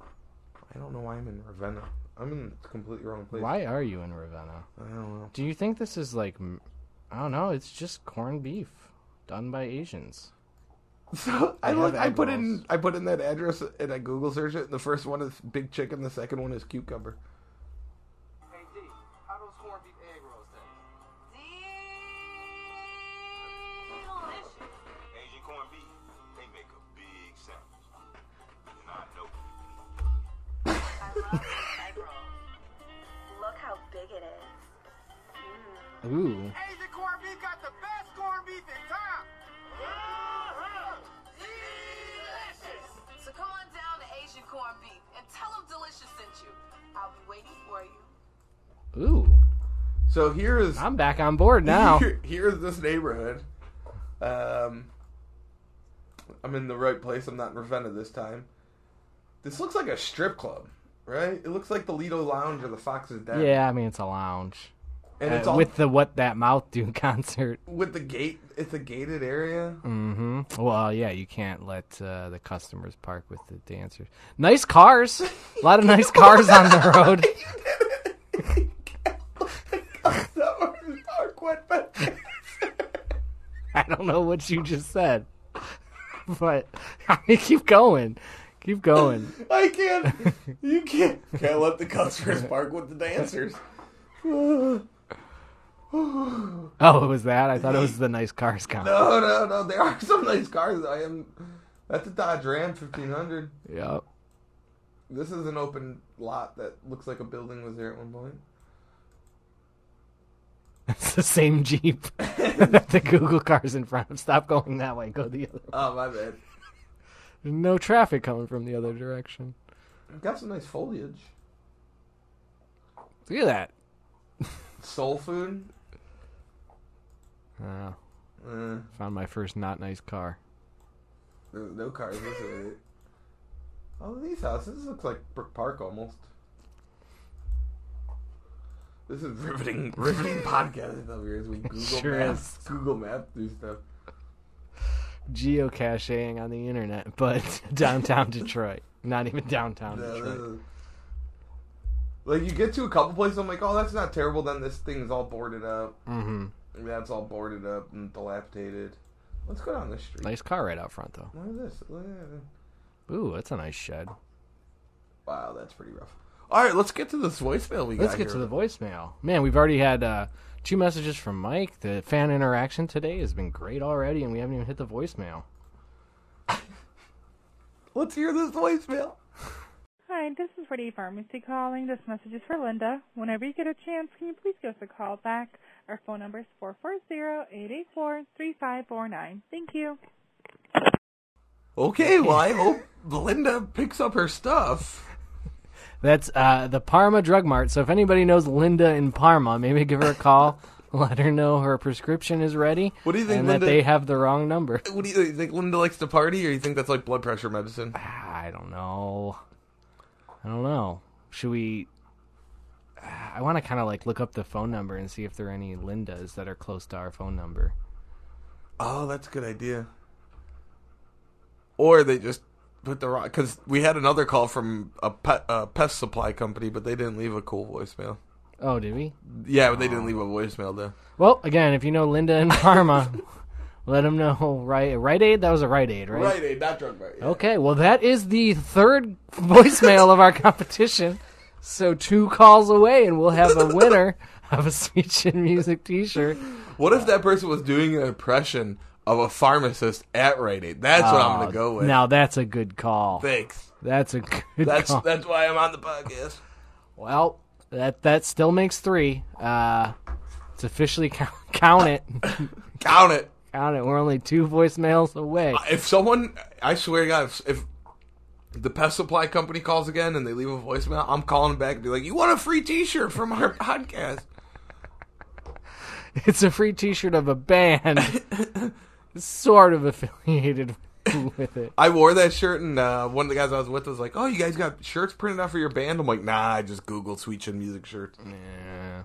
[SPEAKER 2] I don't know why I'm in Ravenna. I'm in the completely wrong place.
[SPEAKER 1] Why are you in Ravenna?
[SPEAKER 2] I don't know.
[SPEAKER 1] Do you think this is like. m- I don't know. It's just corned beef done by Asians.
[SPEAKER 2] So I
[SPEAKER 1] have
[SPEAKER 2] look. I put in.
[SPEAKER 1] eyeballs.
[SPEAKER 2] I put in that address and I Google search it. And the first one is Big Chicken. The second one is Cucumber.
[SPEAKER 3] Hey D, how those corned beef egg rolls taste?
[SPEAKER 4] Delicious.
[SPEAKER 5] Asian corned beef, they make a big sandwich. And I know.
[SPEAKER 4] I love this egg roll. Look how big it is.
[SPEAKER 1] Ooh.
[SPEAKER 3] Asian corned beef got the best corned beef in town.
[SPEAKER 4] Oh, Delicious. So come on down to Asian Corned Beef and tell them Delicious sent you. I'll be waiting for you.
[SPEAKER 1] Ooh.
[SPEAKER 2] So here is
[SPEAKER 1] I'm back on board now.
[SPEAKER 2] here, here's this neighborhood. Um, I'm in the right place. I'm not in Ravenna this time. This looks like a strip club, right? It looks like the Lido Lounge or the Fox's Den.
[SPEAKER 1] Yeah, I mean it's a lounge.
[SPEAKER 2] and
[SPEAKER 1] Uh,
[SPEAKER 2] it's all
[SPEAKER 1] with
[SPEAKER 2] with,
[SPEAKER 1] the What That Mouth Do concert.
[SPEAKER 2] the gate. It's a gated area.
[SPEAKER 1] hmm Well, yeah, you can't let uh, the customers park with the dancers. Nice cars. A lot of nice cars on the road. I don't know what you just said, but I mean, keep going. Keep going.
[SPEAKER 2] I can't. You can't. Can't let the customers park with the dancers.
[SPEAKER 1] Oh, it was that? I thought it was the nice cars concert.
[SPEAKER 2] No, no, no. There are some nice cars. I am. That's a Dodge Ram 1500.
[SPEAKER 1] Yep.
[SPEAKER 2] This is an open lot that looks like a building was there at one point.
[SPEAKER 1] It's the same Jeep that the Google car's in front of. Stop going that way. Go the other way.
[SPEAKER 2] Oh my bad.
[SPEAKER 1] There's no traffic coming from the other direction.
[SPEAKER 2] Got some nice foliage.
[SPEAKER 1] Look at that.
[SPEAKER 2] Soul food?
[SPEAKER 1] Uh,
[SPEAKER 2] Uh,
[SPEAKER 1] found my first not nice car.
[SPEAKER 2] there's no cars associated. Oh, these houses look like Brook Park almost. This is riveting, riveting podcast stuff here as we Google
[SPEAKER 1] Sure
[SPEAKER 2] Maps, Google Maps do stuff.
[SPEAKER 1] Geocaching on the internet, but downtown Detroit. Not even downtown
[SPEAKER 2] Yeah, this
[SPEAKER 1] Detroit.
[SPEAKER 2] is- like you get to a couple places, I'm like, oh, that's not terrible. Then this thing's all boarded up.
[SPEAKER 1] Mm-hmm.
[SPEAKER 2] That's all boarded up and dilapidated. Let's go down this street.
[SPEAKER 1] Nice car right out front, though.
[SPEAKER 2] Look at this. Look at that.
[SPEAKER 1] Ooh, that's a nice shed.
[SPEAKER 2] Wow, that's pretty rough. All right, let's get to this voicemail we
[SPEAKER 1] Let's
[SPEAKER 2] got.
[SPEAKER 1] get
[SPEAKER 2] here.
[SPEAKER 1] to the voicemail. Man, we've already had uh, two messages from Mike. The fan interaction today has been great already, and we haven't even hit the voicemail.
[SPEAKER 2] Let's hear this voicemail.
[SPEAKER 6] Hi, this is Ready Pharmacy calling. This message is for Linda. Whenever you get a chance, can you please give us a call back? Our phone number is four four zero eight eight four three five four nine. Thank you.
[SPEAKER 2] Okay, well, I hope Linda picks up her stuff.
[SPEAKER 1] That's uh, the Parma Drug Mart. So if anybody knows Linda in Parma, maybe give her a call. let her know her prescription is ready.
[SPEAKER 2] What do you think,
[SPEAKER 1] And
[SPEAKER 2] Linda-
[SPEAKER 1] that they have the wrong number.
[SPEAKER 2] What do you, you think? Linda likes to party, or you think that's like blood pressure medicine?
[SPEAKER 1] I don't know. I don't know. Should we? I want to kind of like look up the phone number and see if there are any Lindas that are close to our phone number.
[SPEAKER 2] Oh, that's a good idea. Or they just put the wrong. Because we had another call from a, pet, a pest supply company, but they didn't leave a cool voicemail.
[SPEAKER 1] Oh, did we?
[SPEAKER 2] Yeah, but they didn't leave a voicemail though.
[SPEAKER 1] Well, again, if you know Linda in Parma, let them know. Right, Rite Aid. That was a Rite Aid, right?
[SPEAKER 2] Right, Aid, not drug bar. yeah.
[SPEAKER 1] Okay. Well, that is the third voicemail of our competition. So two calls away, and we'll have a winner of a speech and music T-shirt.
[SPEAKER 2] What if that person was doing an impression of a pharmacist at Rite Aid? That's what I'm
[SPEAKER 1] Oh,
[SPEAKER 2] gonna go with.
[SPEAKER 1] Now that's a good call.
[SPEAKER 2] Thanks.
[SPEAKER 1] That's a good
[SPEAKER 2] That's
[SPEAKER 1] call.
[SPEAKER 2] that's why I'm on the podcast.
[SPEAKER 1] Well, that that still makes three. Uh, it's officially count, count it,
[SPEAKER 2] Count it.
[SPEAKER 1] count it. We're only two voicemails away.
[SPEAKER 2] If someone, I swear to God, if, if the pest supply company calls again and they leave a voicemail, I'm calling back and be like, "You want a free T-shirt from our podcast?"
[SPEAKER 1] It's a free T-shirt of a band, sort of affiliated with it.
[SPEAKER 2] I wore that shirt, and uh, one of the guys I was with was like, "Oh, you guys got shirts printed out for your band?" I'm like, "Nah, I just googled Sweet Chin Music shirts."
[SPEAKER 1] Yeah.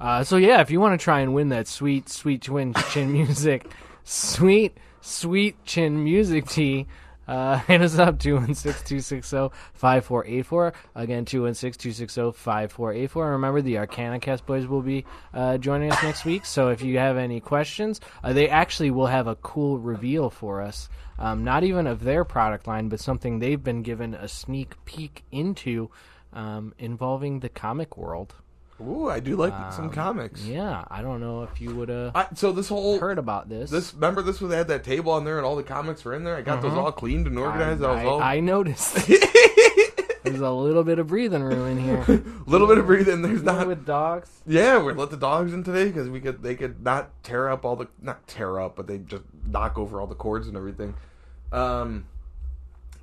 [SPEAKER 1] Uh, so yeah, if you want to try and win that sweet, sweet twin chin music, sweet, sweet chin music tea, uh, hit us up oh, 216-260-5484. Again, oh, 216-260-5484. And remember, the Arcana Cast boys will be uh, joining us next week. So if you have any questions, uh, they actually will have a cool reveal for us. Um, not even of their product line, but something they've been given a sneak peek into um, involving the comic world.
[SPEAKER 2] Ooh, I do like some comics.
[SPEAKER 1] Yeah, I don't know if you would have
[SPEAKER 2] I, so this whole
[SPEAKER 1] heard about this.
[SPEAKER 2] This remember this was they had that table on there and all the comics were in there. I got those all cleaned and organized. I,
[SPEAKER 1] I,
[SPEAKER 2] was all
[SPEAKER 1] I noticed. There's a little bit of breathing room in here.
[SPEAKER 2] little bit of breathing. There's
[SPEAKER 1] Even
[SPEAKER 2] not.
[SPEAKER 1] with dogs.
[SPEAKER 2] yeah, we let the dogs in today because we could. They could not tear up all the not tear up, but they just knock over all the cords and everything. Um,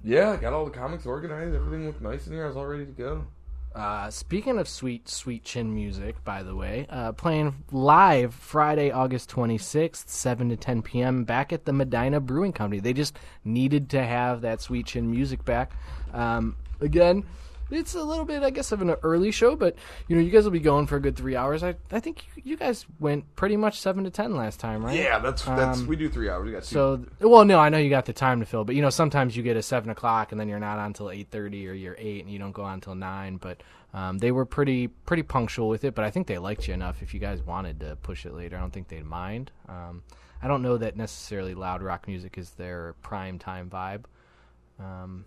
[SPEAKER 2] yeah, I got all the comics organized. Everything looked nice in here. I was all ready to go.
[SPEAKER 1] Uh, speaking of sweet, sweet chin music, by the way, uh, playing live Friday, August 26th, 7 to 10 p.m., back at the Medina Brewing Company. They just needed to have that sweet chin music back. Um, again, it's a little bit, I guess, of an early show, but you know, you guys will be going for a good three hours. I, I think you, you guys went pretty much 7 to 10 last time, right?
[SPEAKER 2] Yeah, that's that's
[SPEAKER 1] Um,
[SPEAKER 2] we do three hours. We got two.
[SPEAKER 1] So, th- well, no, I know you got the time to fill, but you know sometimes you get a seven o'clock and then you're not on till eight thirty or you're eight and you don't go on till nine. But um, they were pretty pretty punctual with it. But I think they liked you enough. If you guys wanted to push it later, I don't think they'd mind. Um, I don't know that necessarily loud rock music is their prime time vibe. Um,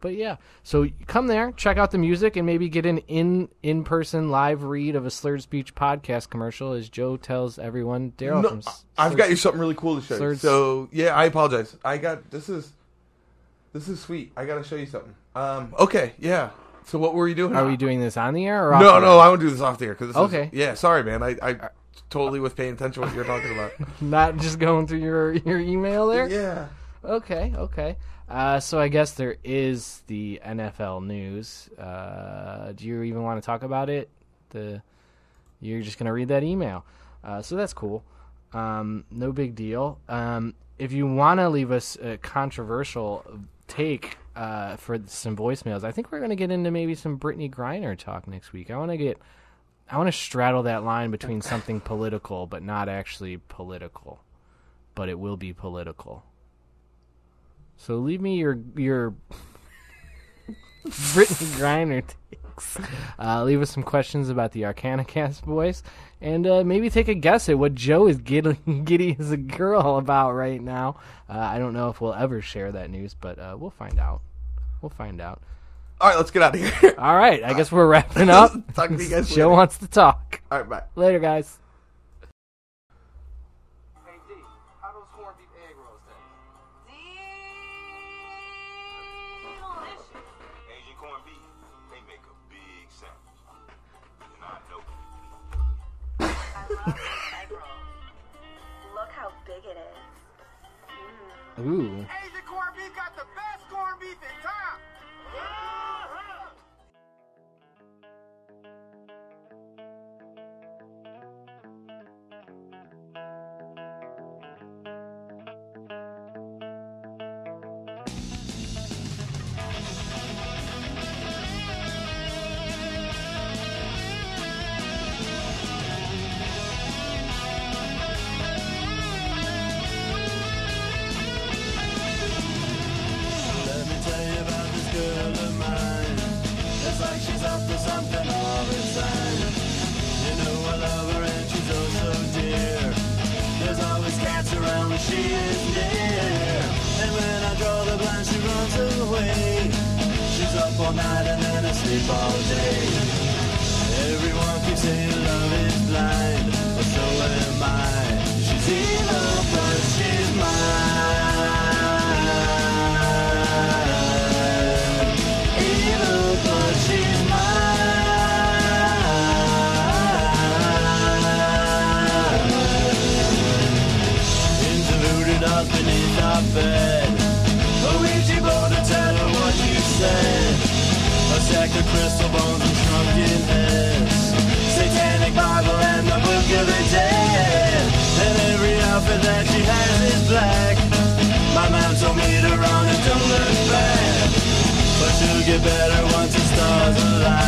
[SPEAKER 1] but yeah, so come there, check out the music, and maybe get an in in person live read of a slurred speech podcast commercial as Joe tells everyone. Daryl,
[SPEAKER 2] No,
[SPEAKER 1] from S-
[SPEAKER 2] I- I've
[SPEAKER 1] Slurred
[SPEAKER 2] got you something really cool to show you.
[SPEAKER 1] Slurred-
[SPEAKER 2] So yeah, I apologize. I got this is this is sweet. I gotta show you something. Um, okay, yeah. So what were you doing?
[SPEAKER 1] Are we doing this on the air or off
[SPEAKER 2] No,
[SPEAKER 1] the
[SPEAKER 2] no,
[SPEAKER 1] air?
[SPEAKER 2] I won't do this off the air because
[SPEAKER 1] Okay.
[SPEAKER 2] yeah, sorry, man. I, I totally was paying attention to what you were talking about.
[SPEAKER 1] Not just going through your your email there.
[SPEAKER 2] yeah.
[SPEAKER 1] Okay, okay. Uh, so I guess there is the NFL news. Uh, do you even want to talk about it? the you're just going to read that email. Uh, so that's cool. Um, no big deal. Um, if you want to leave us a controversial take uh, for some voicemails, I think we're going to get into maybe some Brittany Griner talk next week. I want to get, I want to straddle that line between something political but not actually political, but it will be political. So leave me your your Brittany Griner takes. Uh, leave us some questions about the Arcana Cast boys, and uh, maybe take a guess at what Joe is gidding, giddy as a girl about right now. Uh, I don't know if we'll ever share that news, but uh, we'll find out. We'll find out.
[SPEAKER 2] All right, let's get out of here.
[SPEAKER 1] All right, I guess we're wrapping up.
[SPEAKER 2] Talk to you guys
[SPEAKER 1] Joe
[SPEAKER 2] later.
[SPEAKER 1] wants to talk.
[SPEAKER 2] All right, bye.
[SPEAKER 1] Later, guys.
[SPEAKER 3] Hey D, how those corned beef egg rolls taste?
[SPEAKER 4] Delicious.
[SPEAKER 5] Asian corned beef, they make a big sandwich. And I know it.
[SPEAKER 4] I love this egg roll. Look how big it is.
[SPEAKER 1] Ooh.
[SPEAKER 3] Asian corned beef got the best corned beef in town.
[SPEAKER 7] Let me tell you about this girl of mine. It's like she's up to something all the time. You know I love her and she's oh so dear. There's always cats around when she is near. And when I draw the blind, she runs away. She's up all night and then asleep all day. Everyone keeps saying love is blind, but so am I. She's evil, but she's mine. Evil, but she's mine. Interviewed us beneath our bed. Oh, Luigi bold to tell her what you said. A sack of crystal bones and shrunken heads. Satanic Bible and the Book of the Dead. And every outfit that she has is black. My mom told me to run and don't look back. But she'll get better once the stars align.